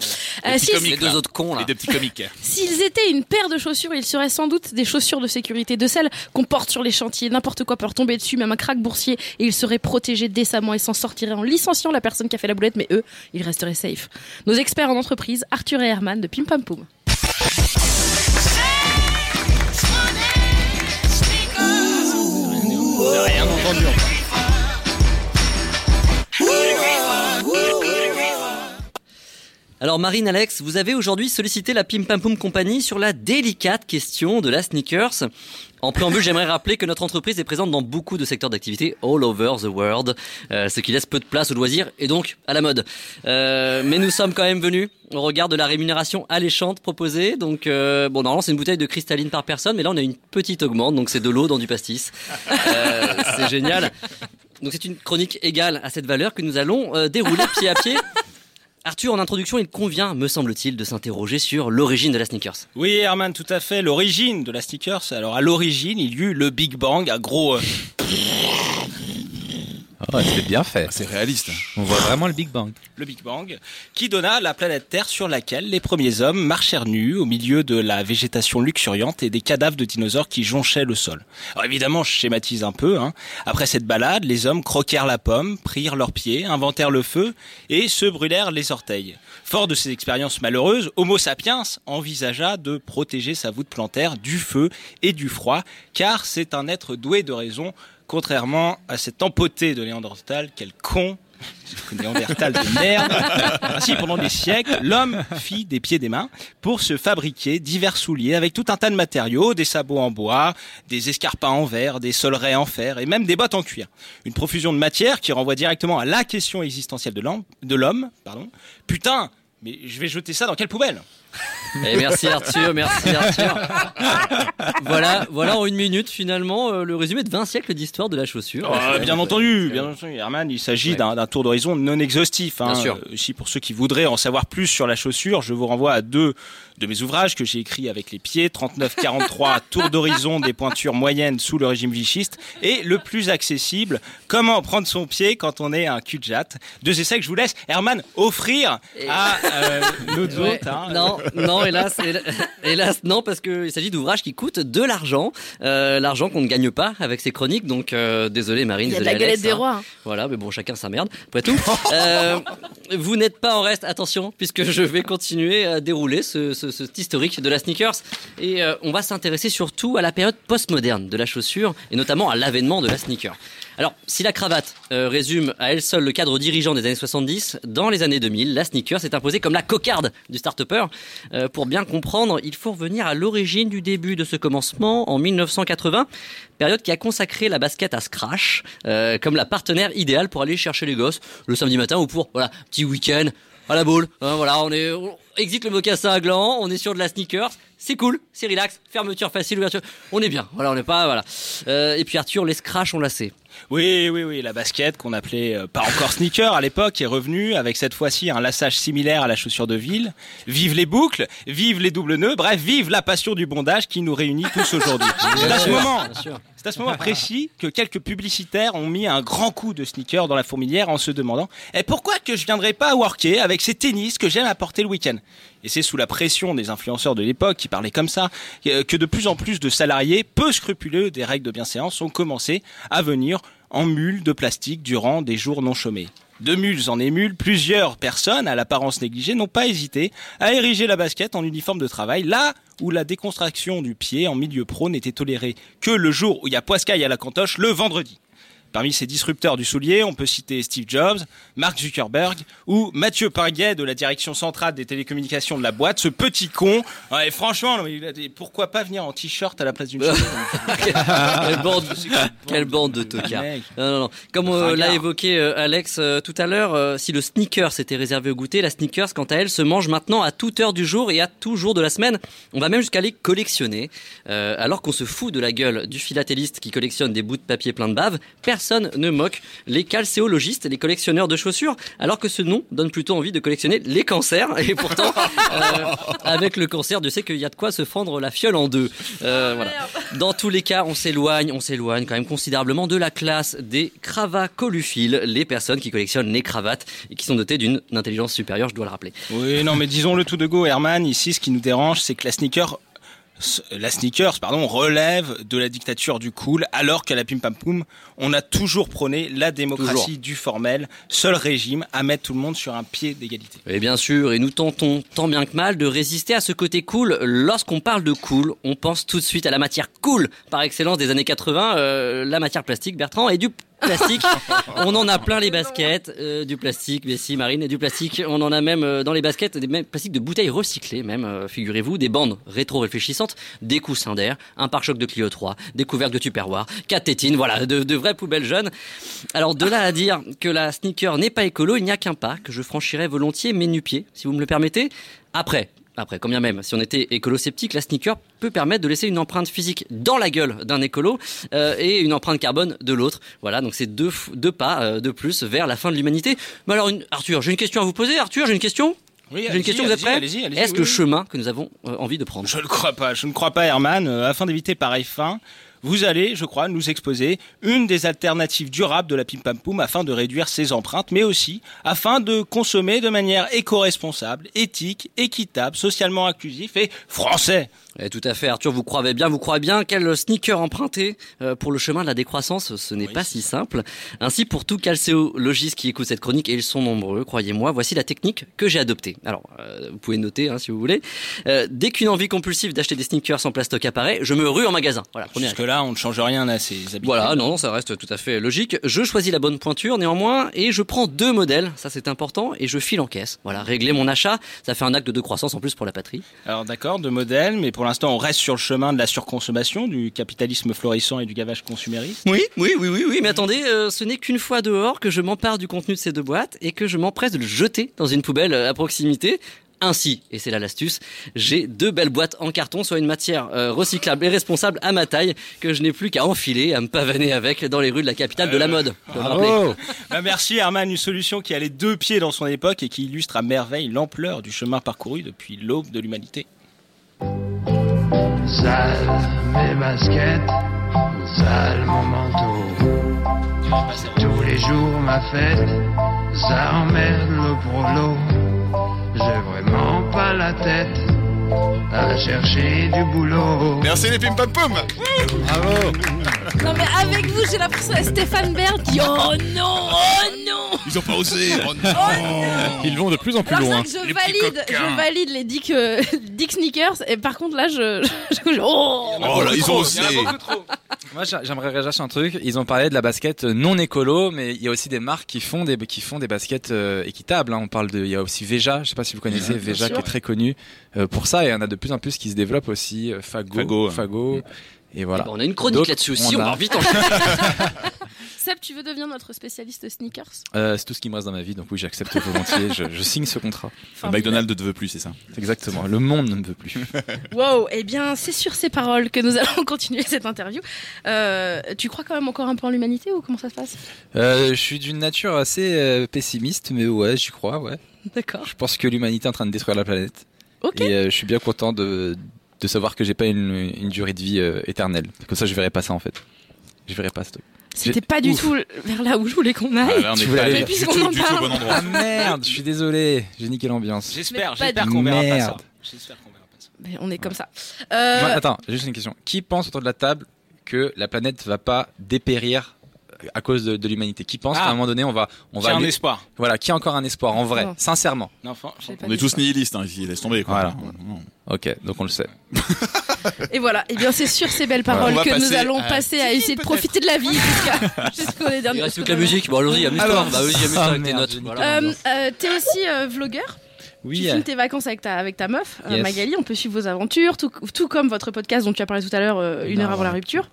S4: Euh, si-
S7: Les deux autres cons, là.
S5: Les deux petits comiques.
S4: S'ils étaient une paire de chaussures, ils seraient sans doute des chaussures de sécurité, de celles qu'on porte sur les chantiers. N'importe quoi peut leur tomber dessus, même un crack boursier, et ils seraient protégés décemment et s'en sortiraient en licenciant la personne qui a fait la boulette, mais eux, ils resteraient safe. Nos experts en entreprise, Arthur et Herman de Pim Pam Poum.
S7: Alors Marine, Alex, vous avez aujourd'hui sollicité la Pim Pam Poum Company sur la délicate question de la sneakers. En préambule, j'aimerais rappeler que notre entreprise est présente dans beaucoup de secteurs d'activité all over the world, euh, ce qui laisse peu de place au loisir et donc à la mode. Euh, mais nous sommes quand même venus au regard de la rémunération alléchante proposée. Donc, euh, bon, normalement, c'est une bouteille de cristalline par personne, mais là, on a une petite augmente, donc c'est de l'eau dans du pastis. Euh, c'est génial. Donc, c'est une chronique égale à cette valeur que nous allons euh, dérouler pied à pied. Arthur, en introduction, il convient, me semble-t-il, de s'interroger sur l'origine de la sneakers.
S12: Oui, Herman, tout à fait. L'origine de la sneakers. Alors, à l'origine, il y eut le Big Bang, un gros. euh,
S6: c'est bien fait.
S5: C'est réaliste.
S6: On voit vraiment le Big Bang.
S12: le Big Bang, qui donna la planète Terre sur laquelle les premiers hommes marchèrent nus au milieu de la végétation luxuriante et des cadavres de dinosaures qui jonchaient le sol. Alors évidemment, je schématise un peu. hein. Après cette balade, les hommes croquèrent la pomme, prirent leurs pieds, inventèrent le feu et se brûlèrent les orteils. Fort de ces expériences malheureuses, Homo sapiens envisagea de protéger sa voûte plantaire du feu et du froid, car c'est un être doué de raison, contrairement à cet empoté de Néandertal, quel con Néandertal de merde. Ainsi, pendant des siècles, l'homme fit des pieds des mains pour se fabriquer divers souliers avec tout un tas de matériaux, des sabots en bois, des escarpins en verre, des solerets en fer et même des bottes en cuir. Une profusion de matière qui renvoie directement à la question existentielle de l'homme, de l'homme, pardon. Putain, mais je vais jeter ça dans quelle poubelle
S7: Et Eh, merci Arthur, merci Arthur. Voilà, voilà en une minute finalement euh, le résumé de 20 siècles d'histoire de la chaussure.
S12: Ah, bien entendu, bien entendu, Herman, il s'agit d'un d'un tour d'horizon non exhaustif. hein.
S7: Bien sûr.
S12: Euh, Si pour ceux qui voudraient en savoir plus sur la chaussure, je vous renvoie à deux de mes ouvrages que j'ai écrits avec les pieds, 39-43, Tour d'horizon des pointures moyennes sous le régime vichiste, et le plus accessible, Comment prendre son pied quand on est un cul-de-jatte. Deux essais que je vous laisse, Herman, offrir à euh, nos
S7: Ouais,
S12: hôtes, hein.
S7: Non, non, hélas, hélas, hélas, non, parce qu'il s'agit d'ouvrages qui coûtent de l'argent, euh, l'argent qu'on ne gagne pas avec ces chroniques. Donc euh, désolé Marine,
S4: Il y a de
S7: désolé,
S4: la galette
S7: Alex,
S4: des
S7: hein.
S4: rois. hein.
S7: Voilà, mais bon, chacun sa merde. Après tout, Euh, vous n'êtes pas en reste, attention, puisque je vais continuer à dérouler ce, ce- cet historique de la sneakers. Et euh, on va s'intéresser surtout à la période postmoderne de la chaussure, et notamment à l'avènement de la sneaker. Alors, si la cravate euh, résume à elle seule le cadre dirigeant des années 70, dans les années 2000, la sneaker s'est imposée comme la cocarde du start-upper. Euh, pour bien comprendre, il faut revenir à l'origine du début de ce commencement en 1980, période qui a consacré la basket à Scratch euh, comme la partenaire idéale pour aller chercher les gosses le samedi matin ou pour voilà petit week-end à la boule. Hein, voilà, on est on exit le mocassin à gland, on est sur de la sneakers. C'est cool, c'est relax, fermeture facile, ouverture. On est bien, voilà, on n'est pas, voilà. Euh, et puis Arthur, les scratchs ont lassé.
S12: Oui, oui, oui, la basket qu'on appelait euh, pas encore sneaker à l'époque est revenue avec cette fois-ci un lassage similaire à la chaussure de ville. Vive les boucles, vive les doubles nœuds, bref, vive la passion du bondage qui nous réunit tous aujourd'hui. C'est à ce
S7: sûr,
S12: moment,
S7: bien sûr.
S12: c'est à ce moment précis que quelques publicitaires ont mis un grand coup de sneaker dans la fourmilière en se demandant Eh, pourquoi que je viendrais pas worker avec ces tennis que j'aime apporter le week-end Et c'est sous la pression des influenceurs de l'époque qui parlaient comme ça euh, que de plus en plus de salariés peu scrupuleux des règles de bienséance ont commencé à venir en mules de plastique durant des jours non chômés. De mules en émules, plusieurs personnes à l'apparence négligée n'ont pas hésité à ériger la basket en uniforme de travail, là où la décontraction du pied en milieu pro n'était tolérée que le jour où il y a poiscaille à la cantoche, le vendredi. Parmi ces disrupteurs du soulier, on peut citer Steve Jobs, Mark Zuckerberg ou Mathieu Pinguet de la direction centrale des télécommunications de la boîte, ce petit con. Ouais, et franchement, non, mais il a des- pourquoi pas venir en t-shirt à la place d'une chemise
S7: quelle bande, quelle bande de tocards. Non, non, non. Comme euh,
S12: Ringard.
S7: l'a évoqué euh, Alex euh, tout à l'heure, euh, si le sneaker s'était réservé au goûter, la sneakers, quant à elle, se mange maintenant à toute heure du jour et à tout jour de la semaine. On va même jusqu'à les collectionner. Euh, alors qu'on se fout de la gueule du philatéliste qui collectionne des bouts de papier plein de bave, personne ne moque les calcéologistes, les collectionneurs de chaussures, alors que ce nom donne plutôt envie de collectionner les cancers. Et pourtant, euh, avec le cancer, Dieu sait qu'il y a de quoi se fendre la fiole en deux. Euh, voilà. Dans tous les cas, on s'éloigne, on s'éloigne quand même considérablement de la classe des cravacoluphiles, les personnes qui collectionnent les cravates et qui sont dotées d'une intelligence supérieure, je dois le rappeler.
S12: Oui, non, mais disons-le tout de go, Herman. Ici, ce qui nous dérange, c'est que la sneaker. s- La sneakers, pardon, relève de la dictature du cool, alors qu'à la pim pam poum, on a toujours prôné la démocratie
S7: Toujours.
S12: du formel, seul régime à mettre tout le monde sur un pied d'égalité.
S7: Et bien sûr, et nous tentons tant bien que mal de résister à ce côté cool. Lorsqu'on parle de cool, on pense tout de suite à la matière cool par excellence des années 80, euh, la matière plastique, Bertrand, et du plastique. on en a plein les baskets, euh, du plastique, mais si Marine, et du plastique. On en a même euh, dans les baskets des mêmes plastiques de bouteilles recyclées, même euh, figurez-vous, des bandes rétro-réfléchissantes, des coussins d'air, un pare-choc de Clio 3, des couvercles de Tupperware, quatre tétines, voilà, de, de vraies poubelles jeunes. Alors de là à dire que la sneaker n'est pas écolo, il n'y a qu'un pas que je franchirais volontiers mes nu-pieds, si vous me le permettez. Après, après, combien même, si on était écolo-sceptique, la sneaker peut permettre de laisser une empreinte physique dans la gueule d'un écolo euh, et une empreinte carbone de l'autre. Voilà, donc c'est deux, f- deux pas euh, de plus vers la fin de l'humanité. Mais alors, une- Arthur, j'ai une question à vous poser. Arthur, j'ai une question J'ai
S12: Oui,
S7: une
S12: allez-y,
S7: question, vous êtes
S12: allez-y,
S7: prêts
S12: allez-y, allez-y,
S7: Est-ce
S12: oui,
S7: le
S12: oui.
S7: chemin que nous avons euh, envie de prendre
S12: Je ne crois pas, je ne crois pas, Herman. Euh, afin d'éviter pareille fin, vous allez, je crois, nous exposer une des alternatives durables de la Pim Pam Poum afin de réduire ses empreintes, mais aussi afin de consommer de manière éco-responsable, éthique, équitable, socialement inclusif et français.
S7: Eh, tout à fait, Arthur, vous croyez bien, vous croyez bien. Quel sneaker emprunter euh, pour le chemin de la décroissance Ce n'est pas si simple. Ainsi, pour tout calcéologiste qui écoute cette chronique, et ils sont nombreux, croyez-moi, voici la technique que j'ai adoptée. Alors, euh, vous pouvez noter hein, si vous voulez. Euh, dès qu'une envie compulsive d'acheter des sneakers sans plastoc apparaît, je me rue en magasin. Voilà, première
S12: Jusque-là, on ne change rien à ces habitudes.
S7: Voilà, non, non, ça reste tout à fait logique. Je choisis la bonne pointure néanmoins et je prends deux modèles, ça c'est important, et je file en caisse. Voilà, régler mon achat, ça fait un acte de croissance en plus pour la patrie.
S12: Alors d'accord, de modèles, mais pour l'instant on reste sur le chemin de la surconsommation, du capitalisme florissant et du gavage consumériste.
S7: Oui, oui, oui, oui, oui, mais attendez, euh, ce n'est qu'une fois dehors que je m'empare du contenu de ces deux boîtes et que je m'empresse de le jeter dans une poubelle euh, à proximité. Ainsi, et c'est là l'astuce, j'ai deux belles boîtes en carton soit une matière euh, recyclable et responsable à ma taille que je n'ai plus qu'à enfiler, à me pavaner avec dans les rues de la capitale de la mode. Je dois le rappeler.
S12: Bah, merci Herman, une solution qui a les deux pieds dans son époque et qui illustre à merveille l'ampleur du chemin parcouru depuis l'aube de l'humanité.
S13: Sale mes baskets, sale mon manteau. Tous les jours ma fête, ça emmerde le prolo. J'ai vraiment pas la tête à chercher du boulot. Merci les pim pam pum. Bravo.
S4: Non mais avec vous, j'ai l'impression à Stéphane Bern qui oh non, oh non.
S1: Ils ont pas osé. Oh non.
S14: Ils vont de plus en plus
S4: Alors
S14: loin.
S4: c'est que je valide, je valide les Dick, euh, Dick sneakers et par contre là je, je- je- oh.
S6: Moi, j'a- j'aimerais réagir sur un truc. Ils ont parlé de la basket non écolo, mais il y a aussi des marques qui font des qui font des baskets euh, équitables. hein. On parle de, il y a aussi Veja. Je sais pas si vous connaissez
S5: Ouais, bien
S6: Veja,
S5: sûr.
S6: qui est très connu euh, pour ça, et il y en a de plus en plus qui se développent aussi. euh, Fago,
S5: Fago,
S6: Fago,
S5: hein.
S6: et voilà.
S7: On a une chronique
S6: Donc,
S7: là-dessus aussi, on
S6: a-
S7: va vite en
S4: Seb, tu veux devenir notre spécialiste sneakers
S6: Euh, c'est tout ce qui me reste dans ma vie, donc oui, j'accepte volontiers, je, je signe ce contrat.
S4: Formidable. McDonald's
S6: ne veut plus, c'est ça Exactement, le monde ne me veut plus.
S4: Wow, eh bien c'est sur ces paroles que nous allons continuer cette interview. Euh, tu crois quand même encore un peu en l'humanité ou comment ça se passe
S6: Euh, je suis d'une nature assez euh, pessimiste, mais ouais, j'y crois, ouais.
S4: D'accord.
S6: Je pense que l'humanité est en train de détruire la planète.
S4: Ok.
S6: Et euh, je suis bien content de, de savoir que j'ai pas une, une durée de vie euh, éternelle. Comme ça, je verrai pas ça en fait. Je verrai pas ce truc.
S4: C'était pas du tout vers là où je voulais qu'on aille.
S6: Ah Tu voulais aller-
S4: Mais puisqu'on en parle.
S6: Ah merde, je suis désolé, j'ai niqué l'ambiance.
S4: J'espère, Mais pas j'espère du- qu'on verra pas ça. Mais on est comme ça. Euh,
S6: Moi, attends, j'ai juste une question. Qui pense autour de la table que la planète va pas dépérir euh, à cause de, de l'humanité Qui pense
S12: Ah.
S6: qu'à un moment donné on va on
S12: Qui
S6: va
S12: a un Oh.
S6: aller-
S12: espoir.
S6: Voilà, qui a encore un espoir en vrai,
S12: Non.
S6: sincèrement.
S12: Non, fran- J'ai pas
S5: On est tous
S12: d'espoir.
S5: nihilistes, hein, ici, laisse tomber. Quoi. Voilà.
S6: Ok, donc on le sait.
S4: Et voilà, et bien c'est sur ces belles
S6: Voilà.
S4: paroles
S6: On va
S4: que nous
S6: passer
S4: allons
S6: à-
S4: passer à essayer de profiter de la vie jusqu'à- jusqu'au dernier.
S7: Il reste plus que la musique. Bon, allons-y, amuse-toi.
S6: Alors,
S7: Bah, vas-y, amuse-toi
S6: ah,
S7: avec tes
S6: merde,
S7: notes.
S6: j'ai
S7: Voilà.
S4: Euh, euh, T'es aussi euh, vlogueur tu
S6: Oui.
S4: filmes tes vacances avec ta, avec ta meuf, euh,
S6: Yes.
S4: Magali. On peut suivre vos aventures, tout, tout comme votre podcast dont tu as parlé tout à l'heure, euh,
S7: Eh ben,
S4: Une heure avant la rupture,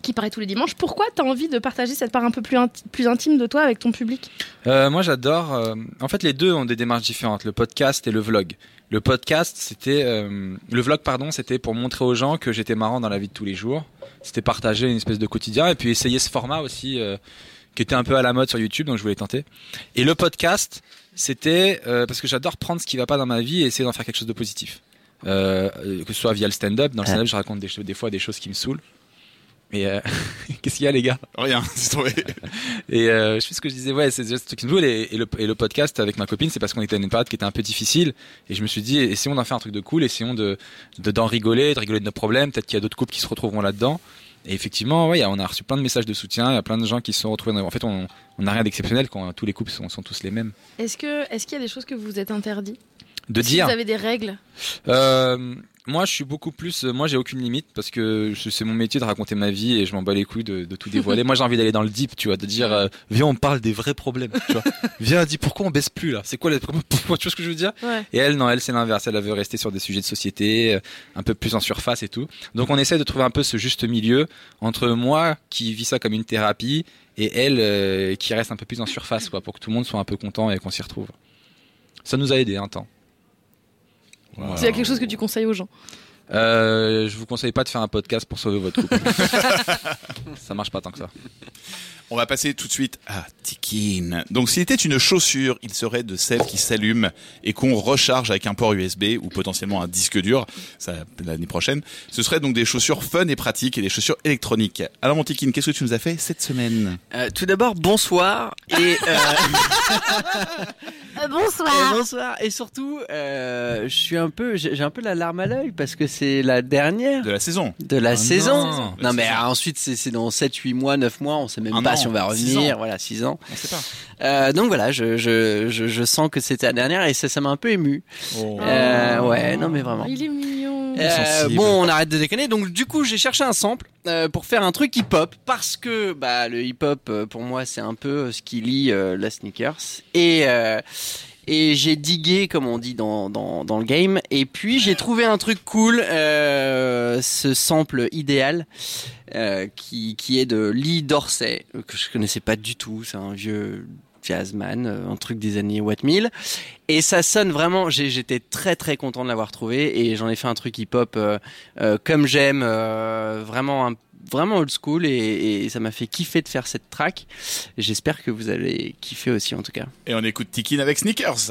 S4: qui paraît tous les dimanches. Pourquoi tu as envie de partager cette part un peu plus, inti- plus intime de toi avec ton public
S6: Euh, moi, j'adore. euh, en fait, les deux ont des démarches différentes, le podcast et le vlog. Le podcast, c'était euh, le vlog, pardon, c'était pour montrer aux gens que j'étais marrant dans la vie de tous les jours. C'était partager une espèce de quotidien et puis essayer ce format aussi euh, qui était un peu à la mode sur YouTube, donc je voulais tenter. Et le podcast, c'était euh, parce que j'adore prendre ce qui va pas dans ma vie et essayer d'en faire quelque chose de positif. Euh, euh, que ce soit via le stand-up. Dans le stand-up, je raconte des, cho- des fois des choses qui me saoulent. Et euh, qu'est-ce qu'il y a, les gars Rien, c'est tombé. Et euh, je sais ce que je disais, ouais, c'est déjà ce truc qui me saoule. Et, et le, et le podcast avec ma copine, c'est parce qu'on était à une période qui était un peu difficile. Et je me suis dit, essayons d'en faire un truc de cool, essayons de de- d'en rigoler, de rigoler de nos problèmes. Peut-être qu'il y a d'autres couples qui se retrouveront là-dedans. Et effectivement, ouais, y a- on a reçu plein de messages de soutien. Il y a plein de gens qui se sont retrouvés. dans- En fait, on on n'a rien d'exceptionnel quand tous les couples sont, sont tous les mêmes.
S4: Est-ce que- est-ce qu'il y a des choses que vous vous êtes interdit
S6: De
S4: Est-ce que
S6: dire.
S4: Vous avez des règles
S6: Euh, Moi, je suis beaucoup plus. euh, Moi, j'ai aucune limite parce que je- c'est mon métier de raconter ma vie et je m'en bats les couilles de, de tout dévoiler. moi, j'ai envie d'aller dans le deep, tu vois, de dire euh, viens, on parle des vrais problèmes. Tu vois. viens, dis pourquoi on baisse plus là C'est quoi les problèmes Tu vois ce que je veux dire
S15: Ouais.
S6: Et elle, non, elle, c'est l'inverse. Elle veut rester sur des sujets de société, euh, un peu plus en surface et tout. Donc, on essaie de trouver un peu ce juste milieu entre moi qui vis ça comme une thérapie et elle euh, qui reste un peu plus en surface, quoi, pour que tout le monde soit un peu content et qu'on s'y retrouve. Ça nous a aidé un temps. Voilà.
S4: S'il y a quelque chose que tu conseilles aux gens.
S6: Euh, je vous conseille pas de faire un podcast pour sauver votre couple. ça marche pas tant que ça.
S5: On va passer tout de suite à Tikin. Donc s'il était une chaussure, il serait de celle qui s'allume et qu'on recharge avec un port USB ou potentiellement un disque dur, ça l'année prochaine. Ce serait donc des chaussures fun et pratiques et des chaussures électroniques. Alors mon Tikin, qu'est-ce que tu nous as fait cette semaine
S15: Euh, tout d'abord, bonsoir et euh,
S16: bonsoir.
S15: Et bonsoir. Et surtout, euh, je suis un peu, j'ai j'ai un peu la larme à l'œil parce que c'est la dernière
S5: de la saison.
S15: De la
S5: Ah
S15: saison.
S5: non.
S15: Non,
S5: La
S15: mais
S5: saison.
S15: euh, ensuite c'est c'est dans 7 8 mois, 9 mois, on sait même
S12: Ah
S5: Un
S15: pas
S5: an,
S15: si on va
S5: six
S15: revenir,
S5: ans.
S15: voilà, 6 ans.
S5: On sait pas.
S15: Euh, donc voilà, je, je, je, je sens que c'était la dernière et ça ça m'a un peu ému. Euh, ouais, non mais vraiment.
S4: Il est mignon.
S15: Euh, bon, on arrête de déconner. Donc, du coup, j'ai cherché un sample euh, pour faire un truc hip-hop parce que bah, le hip-hop, euh, pour moi, c'est un peu euh, ce qui lie euh, la sneakers. Et, euh, et j'ai digué, comme on dit dans, dans, dans le game. Et puis, j'ai trouvé un truc cool, euh, ce sample idéal. euh, qui, qui est de Lee Dorsey, euh, que je connaissais pas du tout, c'est un vieux jazzman, euh, un truc des années What 1000. Et ça sonne vraiment, j'ai- j'étais très très content de l'avoir trouvé et j'en ai fait un truc hip-hop euh, euh, comme j'aime, euh, vraiment un- vraiment old school et, et ça m'a fait kiffer de faire cette track. J'espère que vous allez kiffer aussi en tout cas.
S5: Et on écoute Tikin avec Sneakers.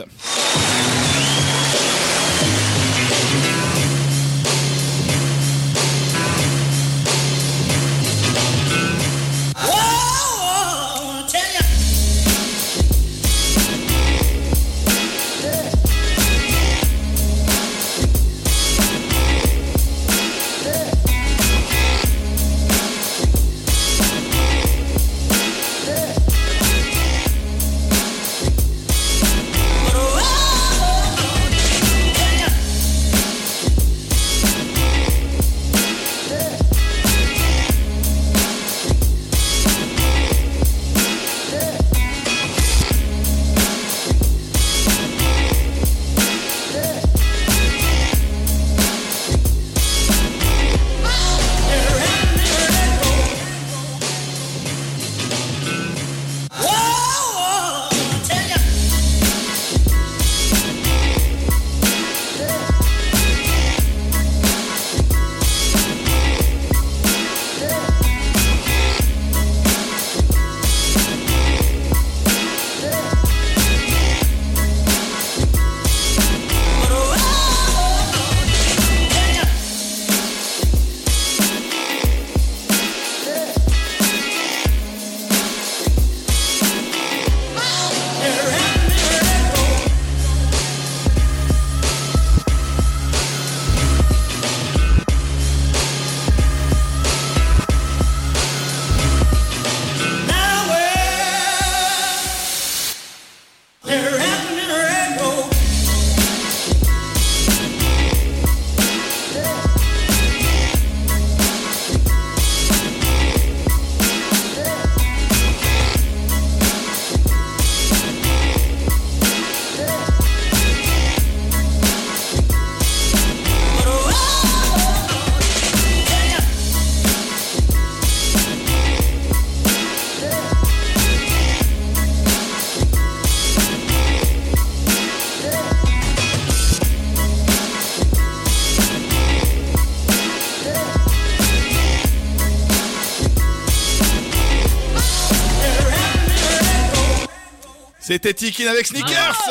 S5: C'était Tikin avec Sneakers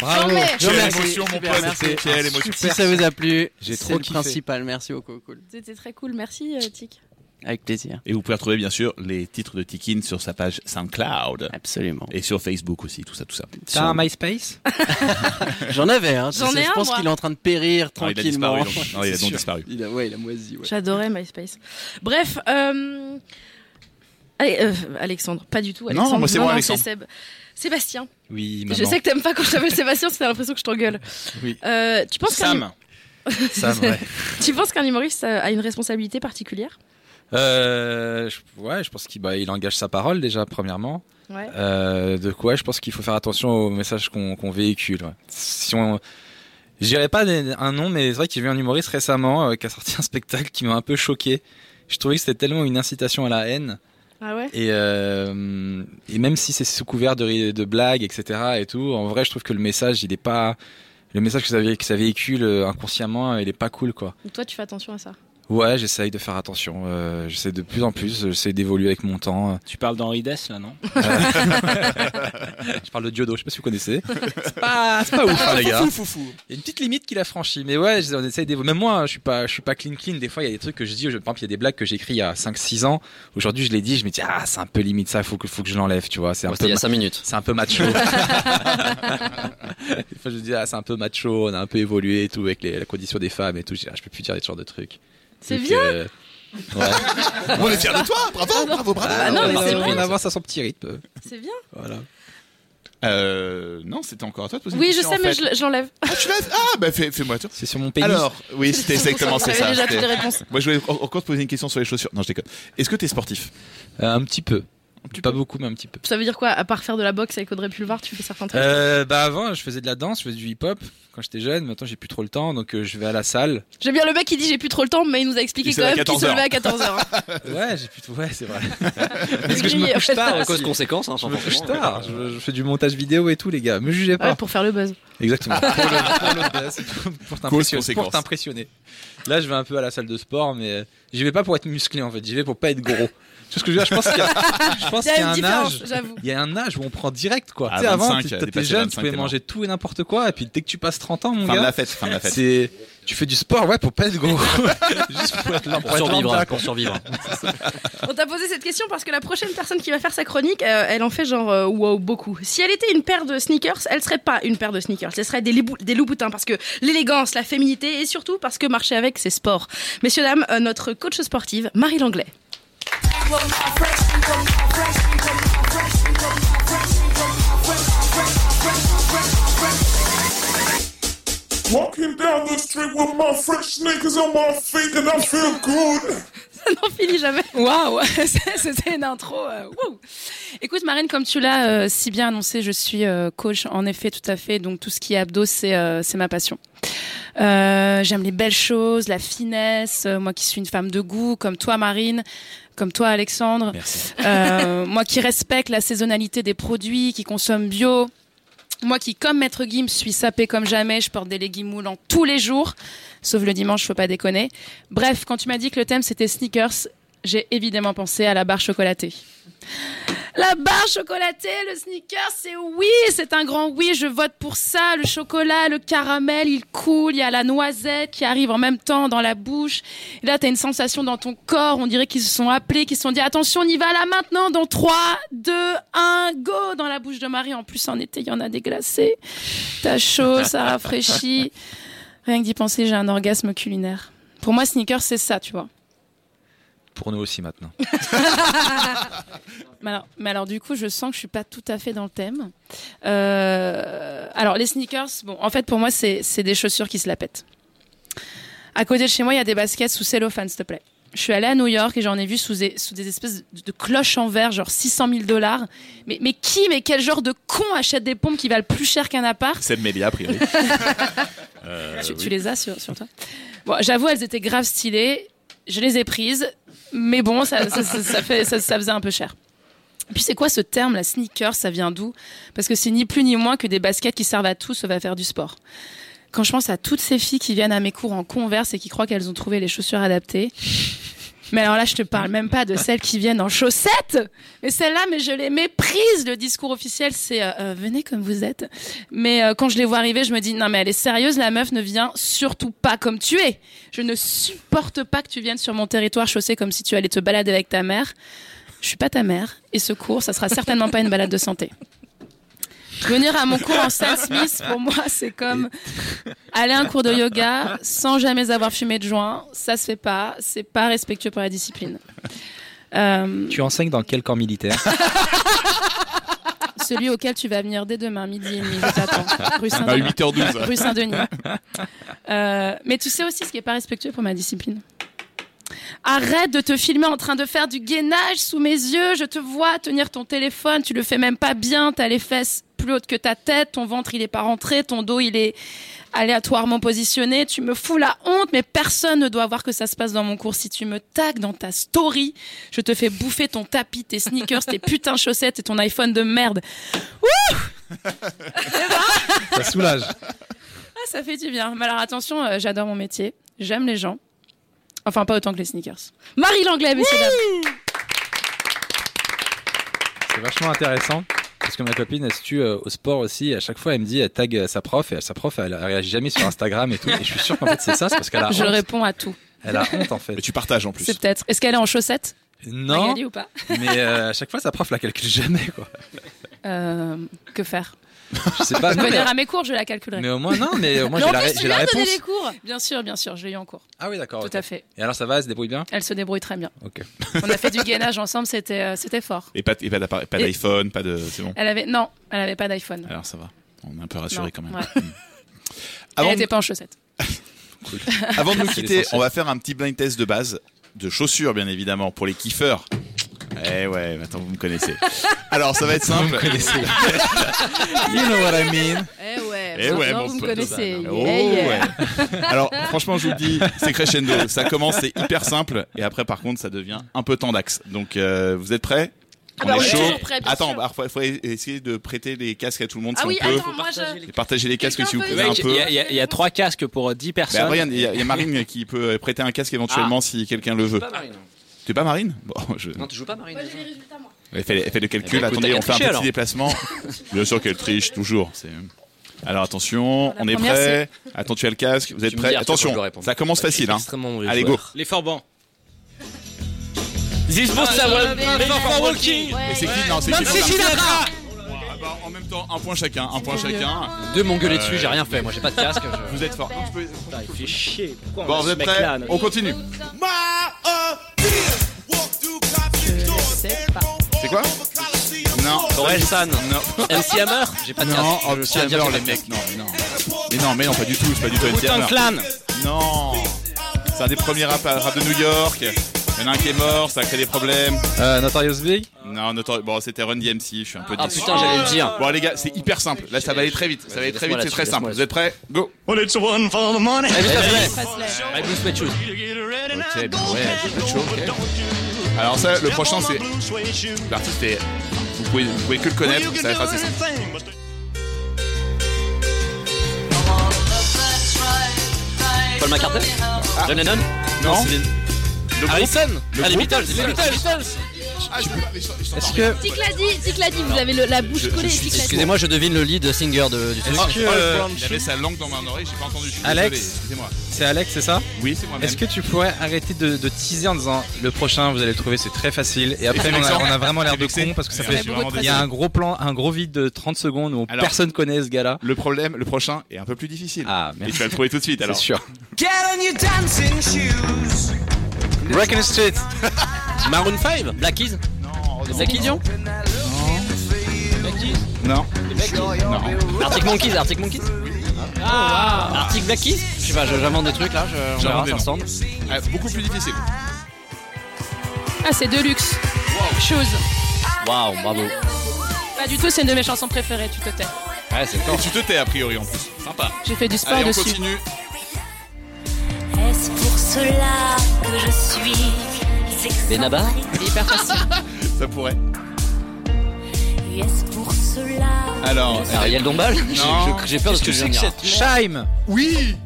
S15: Bravo.
S5: Quelle émotion, mon pote, quelle émotion.
S15: Si ça vous a plu,
S5: J'ai
S15: c'est
S5: trop
S15: le
S5: kiffé.
S15: principal. Merci beaucoup, cool.
S4: C'était très cool, merci euh, Tic.
S15: Avec plaisir.
S5: Et vous pouvez retrouver bien sûr les titres de Tikin sur sa page SoundCloud.
S15: Absolument.
S5: Et sur Facebook aussi, tout ça, tout ça.
S6: T'as un MySpace
S15: J'en avais, hein.
S4: J'en ai
S15: je
S4: un,
S15: pense
S4: moi.
S15: qu'il est en train de périr
S5: Non, Ah, il a
S15: tranquillement.
S5: disparu, donc. Ah Non, il a
S15: C'est
S5: donc
S15: sûr.
S5: disparu.
S15: Il a, ouais, il a moisi. Ouais.
S4: J'adorais MySpace. Bref, euh, allez, euh, Alexandre, pas du tout.
S5: Non,
S4: Alexandre.
S5: moi, c'est moi,
S4: c'est
S5: Alexandre.
S4: Seb. Sébastien.
S6: Oui,
S4: Je sais que t'aimes pas quand je t'appelle Sébastien, parce que t'as l'impression que je t'engueule.
S6: Oui.
S4: Euh, tu penses qu'un-
S6: Sam. Sam, ouais.
S4: Tu penses qu'un humoriste euh, a une responsabilité particulière
S6: Euh, je- ouais, je pense qu'il bah, il engage sa parole déjà, premièrement.
S4: Ouais.
S6: Euh, de quoi je pense qu'il faut faire attention aux messages qu'on qu'on véhicule. ouais. Si on. J'irai pas des- un nom, mais c'est vrai qu'il y a eu un humoriste récemment euh, qui a sorti un spectacle qui m'a un peu choqué. Je trouvais que c'était tellement une incitation à la haine.
S4: Ah ouais
S6: Et, euh, et même si c'est sous couvert de, ri- de blagues, etc. et tout, en vrai, je trouve que le message, il est pas. Le message que ça, vé- que ça véhicule euh, inconsciemment, euh, il est pas cool, quoi.
S4: Donc toi, tu fais attention à ça.
S6: Ouais, j'essaye de faire attention. euh, j'essaie de plus en plus. J'essaie d'évoluer avec mon temps. euh.
S12: Tu parles d'Henri Dess, là, non
S6: Je parle de Diodo, je sais pas si vous connaissez. C'est pas, c'est pas ouf, hein, les gars.
S12: Foufou, foufou.
S6: Il y a une petite limite qu'il a franchie. Mais ouais, on essaye d'évoluer. Même moi, hein, je suis pas, je suis pas clean clean. Des fois, il y a des trucs que je dis. je- Par exemple, il y a des blagues que j'écris il y a 5-6 ans. Aujourd'hui, je les dis, je me dis, ah, c'est un peu limite ça, faut que, faut que je l'enlève, tu vois. C'est un peu.
S7: c'était il y a
S6: ma-
S7: cinq minutes.
S6: C'est un peu macho. Des fois, je me dis, ah, c'est un peu macho, on a un peu évolué et tout, avec les- la condition des femmes et tout. Je dis, ah, je peux plus dire ce genre de trucs.
S4: C'est
S6: Donc,
S4: bien.
S6: euh, ouais.
S1: On est fiers de toi, bravo, bravo, bravo.
S6: Ah,
S4: non, mais
S6: on
S4: c'est
S6: avance,
S4: vrai.
S6: on avance à son petit rythme.
S4: C'est bien.
S6: Voilà.
S1: Euh, non, c'était encore à toi de poser une
S4: Oui, je
S1: question,
S4: sais,
S1: en
S4: mais
S1: fait.
S4: je l- je l'enlève.
S1: Ah, tu l'as- Ah, bah fais- fais-moi tout.
S6: C'est sur mon
S1: pays.
S6: pénis.
S1: Alors, oui, c'était
S4: C'est
S1: exactement
S4: pour ça
S1: c'est
S4: que j'avais
S1: ça.
S4: déjà toutes
S1: c'était-
S4: les réponses.
S1: Moi, je voulais en- encore te poser une question sur les chaussures. Non, je déconne. Est-ce que t'es sportif
S6: Euh, Un petit peu. Pas beaucoup, mais un petit peu.
S4: Ça veut dire quoi À part faire de la boxe avec Audrey Pulvar, tu fais certains trucs
S6: Euh, bah avant, je faisais de la danse, je faisais du hip-hop quand j'étais jeune. Maintenant, j'ai plus trop le temps, donc euh, je vais à la salle.
S4: J'aime bien le mec qui dit j'ai plus trop le temps, mais il nous a expliqué
S6: Il se
S4: quand
S6: lève à
S4: même qu'il se
S6: 14
S4: levait à hein. 14h.
S6: Ouais, j'ai plutôt. Ouais, c'est vrai.
S4: Parce que je me couche tard aussi.
S7: Cause-conséquence, hein,
S6: je
S7: sans
S6: me couche
S7: forcément,
S6: tard. Je, je fais du montage vidéo et tout, les gars. Me jugez pas.
S4: Ouais, pour faire le buzz.
S6: Exactement. pour le- pour le buzz, pour- pour t'impressionner-
S1: Cause-conséquence.
S6: pour t'impressionner. Là, je vais un peu à la salle de sport, mais euh, j'y vais pas pour être musclé en fait. J'y vais pour pas être gros. Tu vois ce que je veux dire Je pense qu'il y a, je pense
S4: Il y a
S6: qu'il
S4: une
S6: un
S4: différence,
S6: âge.
S4: j'avoue.
S6: Il y a un âge où on prend direct quoi.
S1: À
S6: tu sais, avant,
S1: 25,
S6: t'es-
S1: dépasser
S6: t'es jeune,
S1: 25,
S6: tu pouvais
S1: t'es
S6: manger tout et n'importe quoi, et puis dès que tu passes 30 ans, mon
S1: Fin de
S6: gars,
S1: la fête, fin de la fête.
S6: c'est- tu fais du sport, ouais, pour pas être gros. Juste pour être là,
S7: Pour
S6: être
S7: survivre,
S6: lambda,
S7: hein, pour
S6: quoi.
S7: survivre.
S4: On t'a posé cette question parce que la prochaine personne qui va faire sa chronique, euh, elle en fait genre euh, wow beaucoup. Si elle était une paire de sneakers, elle serait pas une paire de sneakers, elle serait des, lébou- des loup-boutins parce que l'élégance, la féminité et surtout parce que marcher avec c'est sport. Messieurs dames, euh, notre coach sportive Marie Langlais.
S16: Walking down the street with my fresh sneakers on my feet and I feel good.
S4: Ça n'en finit jamais.
S17: Waouh, c'était une intro. euh, wouh. Écoute Marine, comme tu l'as euh, si bien annoncé, je suis euh, coach en effet tout à fait. Donc tout ce qui est abdos, c'est euh, c'est ma passion. Euh, J'aime les belles choses, la finesse. euh, moi qui suis une femme de goût, comme toi Marine, comme toi Alexandre. Euh, moi qui respecte la saisonnalité des produits, qui consomme bio. Moi qui, comme Maître Gims, suis sapée comme jamais, je porte des leggings moulants tous les jours, sauf le dimanche, faut pas déconner. Bref, quand tu m'as dit que le thème c'était sneakers, j'ai évidemment pensé à la barre chocolatée. La barre chocolatée, le sneaker, c'est oui, c'est un grand oui, je vote pour ça. Le chocolat, le caramel, il coule, il y a la noisette qui arrive en même temps dans la bouche. Et là, t'as une sensation dans ton corps, on dirait qu'ils se sont appelés, qu'ils se sont dit attention, on y va là maintenant, dans 3, 2, 1, go dans la bouche de Marie. En plus, en été, il y en a des glacés. T'as chaud, ça rafraîchit. Rien que d'y penser, j'ai un orgasme culinaire. Pour moi, sneaker, c'est ça, tu vois.
S6: Pour nous aussi maintenant.
S17: Mais alors, mais alors, du coup, je sens que je suis pas tout à fait dans le thème. Euh, alors, les sneakers, bon, en fait, pour moi, c'est c'est des chaussures qui se la pètent. À côté de chez moi, il y a des baskets sous cellophane, s'il te plaît. Je suis allée à New York et j'en ai vu sous des, sous des espèces de, de cloches en verre, genre 600 000 dollars. Mais, mais qui, mais quel genre de con achète des pompes qui valent plus cher qu'un appart
S1: C'est Mélia, a priori.
S17: tu, tu les as sur, sur toi Bon, j'avoue, elles étaient grave stylées. Je les ai prises, mais bon, ça, ça, ça- ça fait, ça, ça faisait un peu cher. Et Puis c'est quoi ce terme, la sneaker Ça vient d'où Parce que c'est ni plus ni moins que des baskets qui servent à tout, sauf à faire du sport. Quand je pense à toutes ces filles qui viennent à mes cours en converse et qui croient qu'elles ont trouvé les chaussures adaptées. Mais alors là, je te parle même pas de celles qui viennent en chaussettes. Mais celles-là, mais je les méprise. Le discours officiel, c'est euh, euh, venez comme vous êtes. Mais euh, quand je les vois arriver, je me dis non mais elle est sérieuse. La meuf ne vient surtout pas comme tu es. Je ne supporte pas que tu viennes sur mon territoire chaussée comme si tu allais te balader avec ta mère. Je suis pas ta mère. Et ce cours, ça sera certainement pas une balade de santé. Venir à mon cours en Stan Smith, pour moi, c'est comme aller à un cours de yoga sans jamais avoir fumé de joint. Ça se fait pas. C'est pas respectueux pour la discipline. Euh,
S6: Tu enseignes dans quel camp militaire
S17: celui auquel tu vas venir dès demain, midi et demi, je t'attends. Rue
S6: À
S17: Saint-Denis.
S6: 8h12.
S17: Rue Saint-Denis. Euh, mais tu sais aussi ce qui est pas respectueux pour ma discipline. Arrête de te filmer en train de faire du gainage sous mes yeux. Je te vois tenir ton téléphone. Tu le fais même pas bien. T'as les fesses plus hautes que ta tête. Ton ventre, il est pas rentré. Ton dos, il est aléatoirement positionné. Tu me fous la honte, mais personne ne doit voir que ça se passe dans mon cours. Si tu me tags dans ta story, je te fais bouffer ton tapis, tes sneakers, tes putains de chaussettes et ton iPhone de merde. Ouh
S14: Ça soulage.
S17: Ah, ça fait du bien. Mais alors attention, euh, j'adore mon métier. J'aime les gens. Enfin, pas autant que les sneakers. Marie Langlais, messieurs, dames.
S6: C'est vachement intéressant. Parce que ma copine, elle se tue euh, au sport aussi. À chaque fois, elle me dit, elle tag euh, sa prof. Et sa prof, elle, elle réagit jamais sur Instagram et tout. Et je suis sûr qu'en fait, c'est ça. C'est parce
S5: Ah,
S6: qu'elle a
S17: Je
S6: honte.
S17: réponds à tout.
S6: Elle a honte, en fait. Mais tu partages en
S17: C'est peut-être. Est-ce qu'elle est en chaussettes
S6: Non.
S17: Magali ou pas
S6: Mais euh, à chaque fois, sa prof la calcule jamais, quoi.
S17: Euh, que faire
S6: Je sais pas.
S17: Je
S6: non, mais-
S17: venir à mes cours, je la calculerai.
S6: Mais au moins, non, mais au moins,
S17: Mais en
S6: j'ai la,
S17: plus,
S6: ré-
S17: tu
S6: j'ai la
S17: viens de donner
S6: réponse.
S17: les cours. Bien sûr, bien sûr, je l'ai eu en cours.
S6: Ah oui, d'accord.
S17: Tout
S6: ok.
S17: à fait.
S6: Et alors, ça va, elle se débrouille bien
S17: Elle se débrouille très bien.
S6: Ok.
S17: On a fait du gainage ensemble, c'était euh, c'était fort.
S5: Et pas, et pas d'appareil- pas
S17: Et-
S5: d'iPhone, pas de. C'est bon.
S17: Elle avait non, elle avait pas d'iPhone.
S5: Alors ça va. On est un peu rassuré
S17: Non,
S5: quand même. Ah
S17: ouais.
S5: Mm.
S17: Elle
S5: Avant,
S17: était pas en chaussettes.
S5: avant de nous
S17: C'est
S5: quitter,
S17: l'essentiel.
S5: on va faire un petit blind test de base de chaussures, bien évidemment, pour les kiffeurs. Eh ouais, maintenant vous me connaissez. Alors ça va être simple. Vous me connaissez. you know what I mean.
S4: Eh ouais,
S5: Eh ouais,
S4: maintenant,
S5: mon
S4: vous me
S5: pote.
S4: connaissez.
S5: Oh,
S4: Yeah, yeah.
S5: ouais. Alors, franchement, je vous le dis, c'est crescendo. Ça commence, c'est hyper simple. Et après, par contre, ça devient un peu tendax. Donc, euh, vous êtes prêts
S17: Ah bah,
S5: est
S17: on est
S5: chaud.
S17: toujours prêts, bien
S5: attends,
S17: sûr.
S5: bah, faut, faut essayer de prêter les casques à tout le monde
S17: Ah
S5: si
S17: oui,
S5: on peut.
S17: attends, moi, je-
S5: Et partager les casques si vous pouvez un
S12: Mec, Il
S5: peu.
S12: y, a- il y a- il y a trois casques pour euh, 10 personnes.
S5: Bah, Marianne, il y, a- il y a Marine qui peut euh, prêter un casque éventuellement si quelqu'un le veut. Tu es pas Marine Bon, je...
S7: Non, tu joues pas Marine. déjà.
S5: Elle fait, elle fait le calcul.
S7: Eh ben, écoute,
S5: Attendez,
S7: t'as
S5: on
S7: qu'à
S5: fait un
S7: tricher,
S5: petit
S7: alors.
S5: déplacement. Bien sûr qu'elle triche toujours. c'est- Alors attention, on est
S12: première,
S5: prêt. Attends, tu as le casque. Vous êtes
S12: me
S5: prêts
S12: dis après
S5: Attention,
S12: quand je dois répondre.
S5: ça commence
S12: Parce que je suis
S5: facile. Hein.
S12: extrêmement mauvais
S5: Allez, go.
S12: joueur. Les forbans.
S5: This
S12: was someone made for
S5: walking. Mais c'est qui Non, c'est qui
S12: Nancy Sinatra.
S5: En même temps, un point chacun, un point chacun.
S7: Deux m'ont gueulé
S5: Euh,
S7: dessus, j'ai rien fait. Moi, j'ai pas de casque.
S5: Vous êtes fort.
S7: Il fait chier.
S5: Bon, vous êtes prêts On continue. C'est quoi Non.
S7: Orelsan.
S5: Non.
S7: MC Hammer J'ai pas de casque.
S5: Non, oh,
S7: Je
S5: MC
S7: tiens à dire
S5: Hammer,
S7: que
S5: les mecs, non, mais non. Mais non, mais non, pas du tout, c'est pas du tout MC Hammer. Non. C'est un des premiers rap, rap de New York. Il y en a un qui est mort, ça a créé des problèmes.
S6: Euh, Notorious Big
S5: Non, notori- bon, c'était Run DMC, je suis un peu
S7: Ah,
S5: déçu.
S7: putain, j'allais le dire.
S5: Bon, les gars, c'est hyper simple. Là, ça va aller très vite. Ça va aller très vite, c'est très simple. Vous êtes prêts Go.
S16: Well, it's one for the money.
S5: Elvis Presley.
S7: Allez, Bruce Matthews.
S5: Ok, bon, ouais, c'est chaud, ok. Alors, ça, le prochain, c'est. L'artiste est. Vous pouvez, vous pouvez que le connaître, ça va être assez simple.
S7: Paul McCartney John Lennon
S5: Non.
S7: Céline.
S5: Le
S7: Harrison
S5: Le
S7: Ah, les
S5: groupe
S7: Beatles Les Beatles
S6: Est-ce que.
S4: Tic l'a dit, Tic l'a dit, vous avez le- la bouche collée, Tic l'a dit.
S7: Excusez-moi, je devine le lead singer de, du truc.
S6: Oh,
S5: Ah, Paul Brown, il avait sa langue dans ma oreille, j'ai pas entendu. je suis
S6: euh, Alex
S5: désolé, excusez-moi.
S6: C'est Alex, c'est ça
S5: Oui, c'est moi-même.
S6: Est-ce que tu pourrais arrêter de, de teaser en disant le prochain, vous allez le trouver, c'est très facile. Et après,
S5: c'est
S6: on a,
S5: vexant.
S6: on a vraiment l'air
S5: C'est
S6: de
S5: vexé.
S6: con parce que ça
S5: Ouais,
S6: fait.
S5: je suis vraiment
S6: Il y a
S5: désolé.
S6: un gros plan, un gros vide de 30 secondes où
S5: Alors,
S6: personne connaît ce gars-là.
S5: Le problème, le prochain est un peu plus difficile. Ah, Et tu vas le trouver tout de suite alors.
S6: C'est sûr.
S16: Get on your dancing shoes.
S6: Breaking Street
S7: Maroon 5 Black Keys Non. Black Keys Non. Black Keys
S5: Non.
S7: Les Black Keys Non. Arctic Monkeys, Arctic Monkeys
S4: Oh,
S7: ah, Arctic Black Keys Je sais pas, je- j'invente des trucs là, je, on verra,
S5: des
S7: ça
S5: noms.
S7: ressemble.
S5: Ah, beaucoup plus difficile.
S17: Ah, c'est Deluxe. Chose.
S7: Waouh, bravo.
S17: Pas du tout, c'est une de mes chansons préférées, tu te tais.
S5: Ouais, c'est Et tu te tais a priori en plus. Sympa.
S17: J'ai fait du sport
S5: Allez, on
S17: dessus.
S5: continue.
S18: Est-ce pour cela que je suis
S7: Benabar
S18: C'est hyper facile.
S5: Ça pourrait.
S18: Est-ce pour cela
S5: Alors,
S7: Ariel Dombal J'ai-
S6: Non.
S7: je- J'ai peur de ce que
S6: Qu'est-ce
S7: je viens
S6: que
S7: de
S6: c'est
S7: dire.
S6: que cette merde Shime
S5: Oui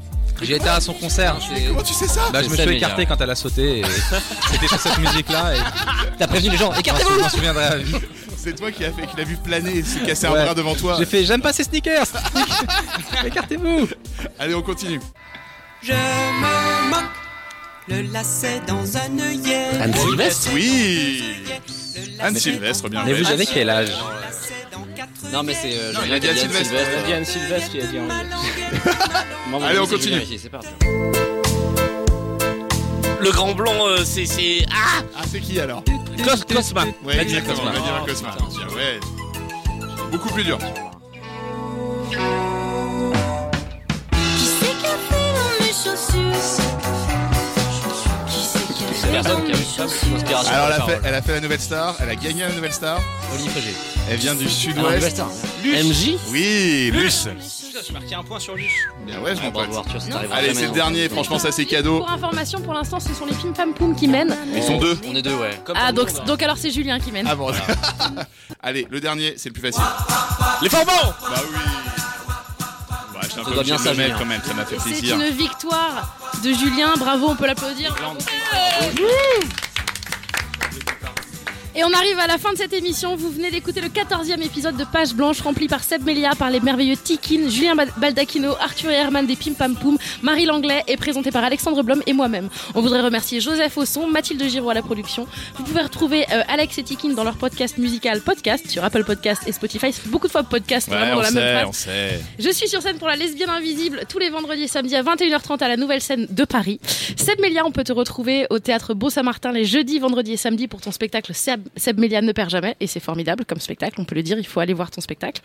S6: J'ai été à son concert.
S5: Comment tu sais ça
S6: Bah, je me
S7: C'est ça,
S6: suis
S7: mais,
S6: écarté
S7: euh,
S6: quand elle a sauté. et C'était sur cette musique-là. et-
S7: T'as prévenu les gens,
S6: Je m'en
S7: écartez-vous
S6: sou- Je m'en souviendrai à vie.
S5: C'est toi qui a fait, qui l'a vu planer et se casser
S6: Ouais.
S5: un bras devant toi.
S6: J'ai fait, j'aime pas ces sneakers Écartez-vous
S5: Allez, on continue.
S19: Je me moque le lacet dans un œillet.
S5: Anne Sylvestre Oui Anne Sylvestre, bien
S6: Mais
S5: joué.
S6: vous avez quel âge
S7: Non, mais c'est. euh,
S5: Non,
S7: je-
S5: il a dit Anne Sylvestre.
S7: Sylvestre.
S5: Il a dit Anne
S7: Sylvestre qui a dit Henri.
S5: Allez, on continue.
S7: C'est parti.
S10: Le grand blanc, euh, c'est- c'est. Ah
S5: Ah, c'est qui alors
S10: Cos Cosma.
S5: Oui,
S10: Vladimir Cosma.
S5: exactement, Vladimir Cosma. Bien, ouais. Beaucoup plus dur.
S18: Qui c'est qui a fait mon
S7: personne qui a une inspiration.
S5: Alors elle a, fait, elle a fait la nouvelle star, elle a gagné la nouvelle star. Elle vient
S7: Ah,
S5: du
S7: nouvelle
S5: sud-ouest.
S7: star.
S10: MJ
S5: Oui, Luce.
S12: Je marquais un point sur Luce.
S5: Bien ouais, je m'en
S7: Ah, bravo, Arthur, ça t'arrivera
S5: Allez,
S7: jamais,
S5: c'est le
S7: hein.
S5: dernier, franchement ça c'est cadeau.
S4: Pour information, pour l'instant, ce sont les Pim Pam Poum qui mènent.
S5: Ils sont deux.
S7: On est deux, ouais.
S4: Ah,
S5: hein.
S4: donc, donc alors c'est Julien qui mène.
S5: Ah bon. Allez, le dernier, c'est le plus facile. Les formants Bah oui. Bah, je suis un
S7: Ça
S5: peu
S7: doit bien
S5: obligé de le
S7: s'agir.
S5: mettre quand même, ça m'a fait
S4: C'est
S5: plaisir.
S4: une victoire de Julien, bravo, on peut l'applaudir. Wouh Et on arrive à la fin de cette émission. Vous venez d'écouter le 14e épisode de Page Blanche, rempli par Seb Melia, par les merveilleux Tikin, Julien Bal- Baldacchino, Arthur Herman des Pim Pam Poum, Marie Langlais et présenté par Alexandre Blom et moi-même. On voudrait remercier Joseph Osson, Mathilde Giraud à la production. Vous pouvez retrouver euh, Alex et Tikin dans leur podcast musical Podcast sur Apple Podcast et Spotify. C'est beaucoup de fois podcast
S5: Ouais,
S4: vraiment dans
S5: on
S4: la même
S5: sait,
S4: phrase.
S5: on sait.
S4: Je suis sur scène pour la lesbienne invisible tous les vendredis et samedis à 21h30 à la nouvelle scène de Paris. Seb Mélia, on peut te retrouver au théâtre Beau-Saint-Martin les jeudis, vendredis et samedis pour ton spectacle Seb, Seb Mélia ne perd jamais et c'est formidable comme spectacle, on peut le dire, il faut aller voir ton spectacle.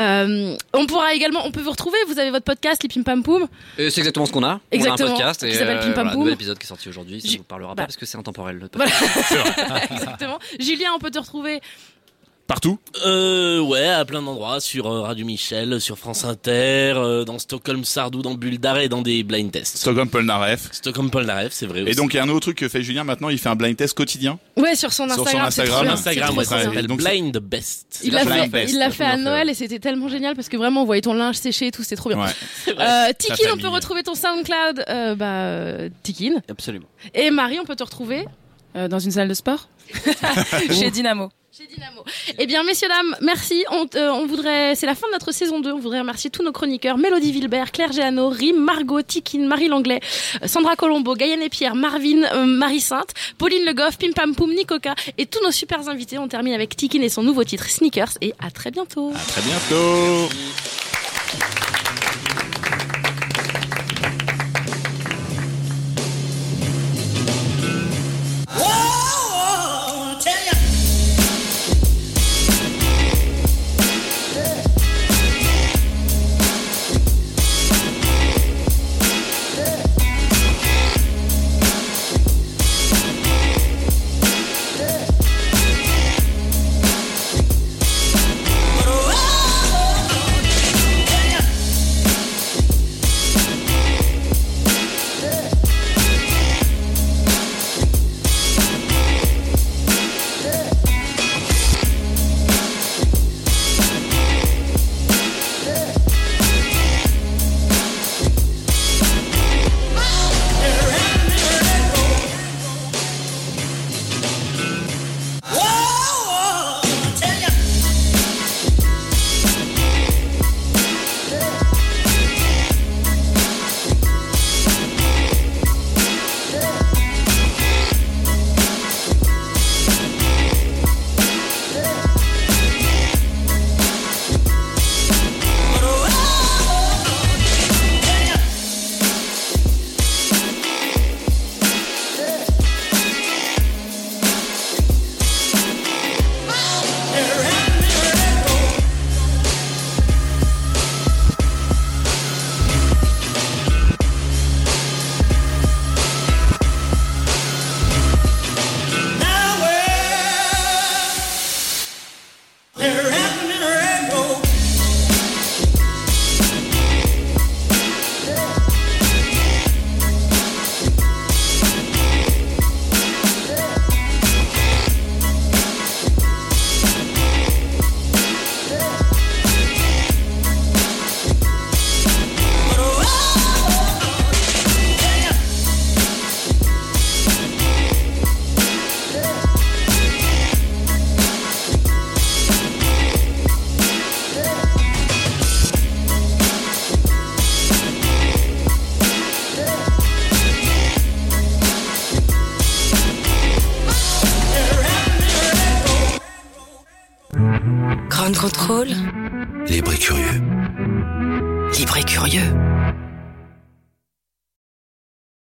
S4: Euh, on pourra également, on peut vous retrouver, vous avez votre podcast les Pim Pam Poum.
S7: Et Euh, C'est exactement ce qu'on a.
S4: Exactement,
S7: On a un podcast
S4: qui
S7: et
S4: s'appelle
S7: euh,
S4: Pim Pam
S7: voilà,
S4: Poum. Bah.
S7: nouvel épisode qui est sorti aujourd'hui. Ça vous parlera pas parce que c'est intemporel. le podcast.
S4: Exactement. Julien, on peut te retrouver
S5: Partout
S10: Euh, ouais, à plein d'endroits, sur euh, Radio Michel, sur France Inter, euh, dans Stockholm Sardou, dans Bulle d'arrêt, dans des blind tests.
S5: Stockholm Polnareff.
S10: Stockholm Polnareff, c'est vrai.
S5: Et donc il y a un autre truc que fait Julien maintenant, il fait un blind test quotidien.
S4: ouais, sur son
S5: Sur
S4: Instagram.
S5: son
S4: c'est
S5: Instagram.
S4: trop bien,
S5: Instagram,
S4: c'est
S5: ouais,
S4: trop bien.
S5: ça s'appelle
S10: Donc, Blind Best.
S4: Il l'a
S5: Blind
S4: fait,
S5: Best.
S4: il l'a fait à Noël et c'était tellement génial parce que vraiment on voyait ton linge séché et tout, c'était trop bien.
S5: Ouais.
S4: Euh,
S5: Ta
S4: Tikin, on
S5: famille.
S4: peut retrouver ton SoundCloud, euh, bah euh, Tikin.
S7: Absolument.
S4: Et Marie, on peut te retrouver
S17: Euh, dans une salle de sport Chez Dynamo.
S4: Eh bien, messieurs, dames, merci. On, euh, on voudrait, c'est la fin de notre saison 2. On voudrait remercier tous nos chroniqueurs Mélodie Vilbert, Claire Géano, Rime, Margot, Tikin, Marie Langlais, euh, Sandra Colombo, Gaëlle et Pierre, Marvin, euh, Marie Sainte, Pauline Le Goff, Pim Pam Poum, Nicoca et tous nos super invités. On termine avec Tikin et son nouveau titre Sneakers et à très bientôt.
S5: Très bientôt.
S18: Whoa, tell ya. Whoa, tell ya. Now we're they're happening in a rainbow.
S20: Grand contrôle. Libre et curieux. Libre et curieux.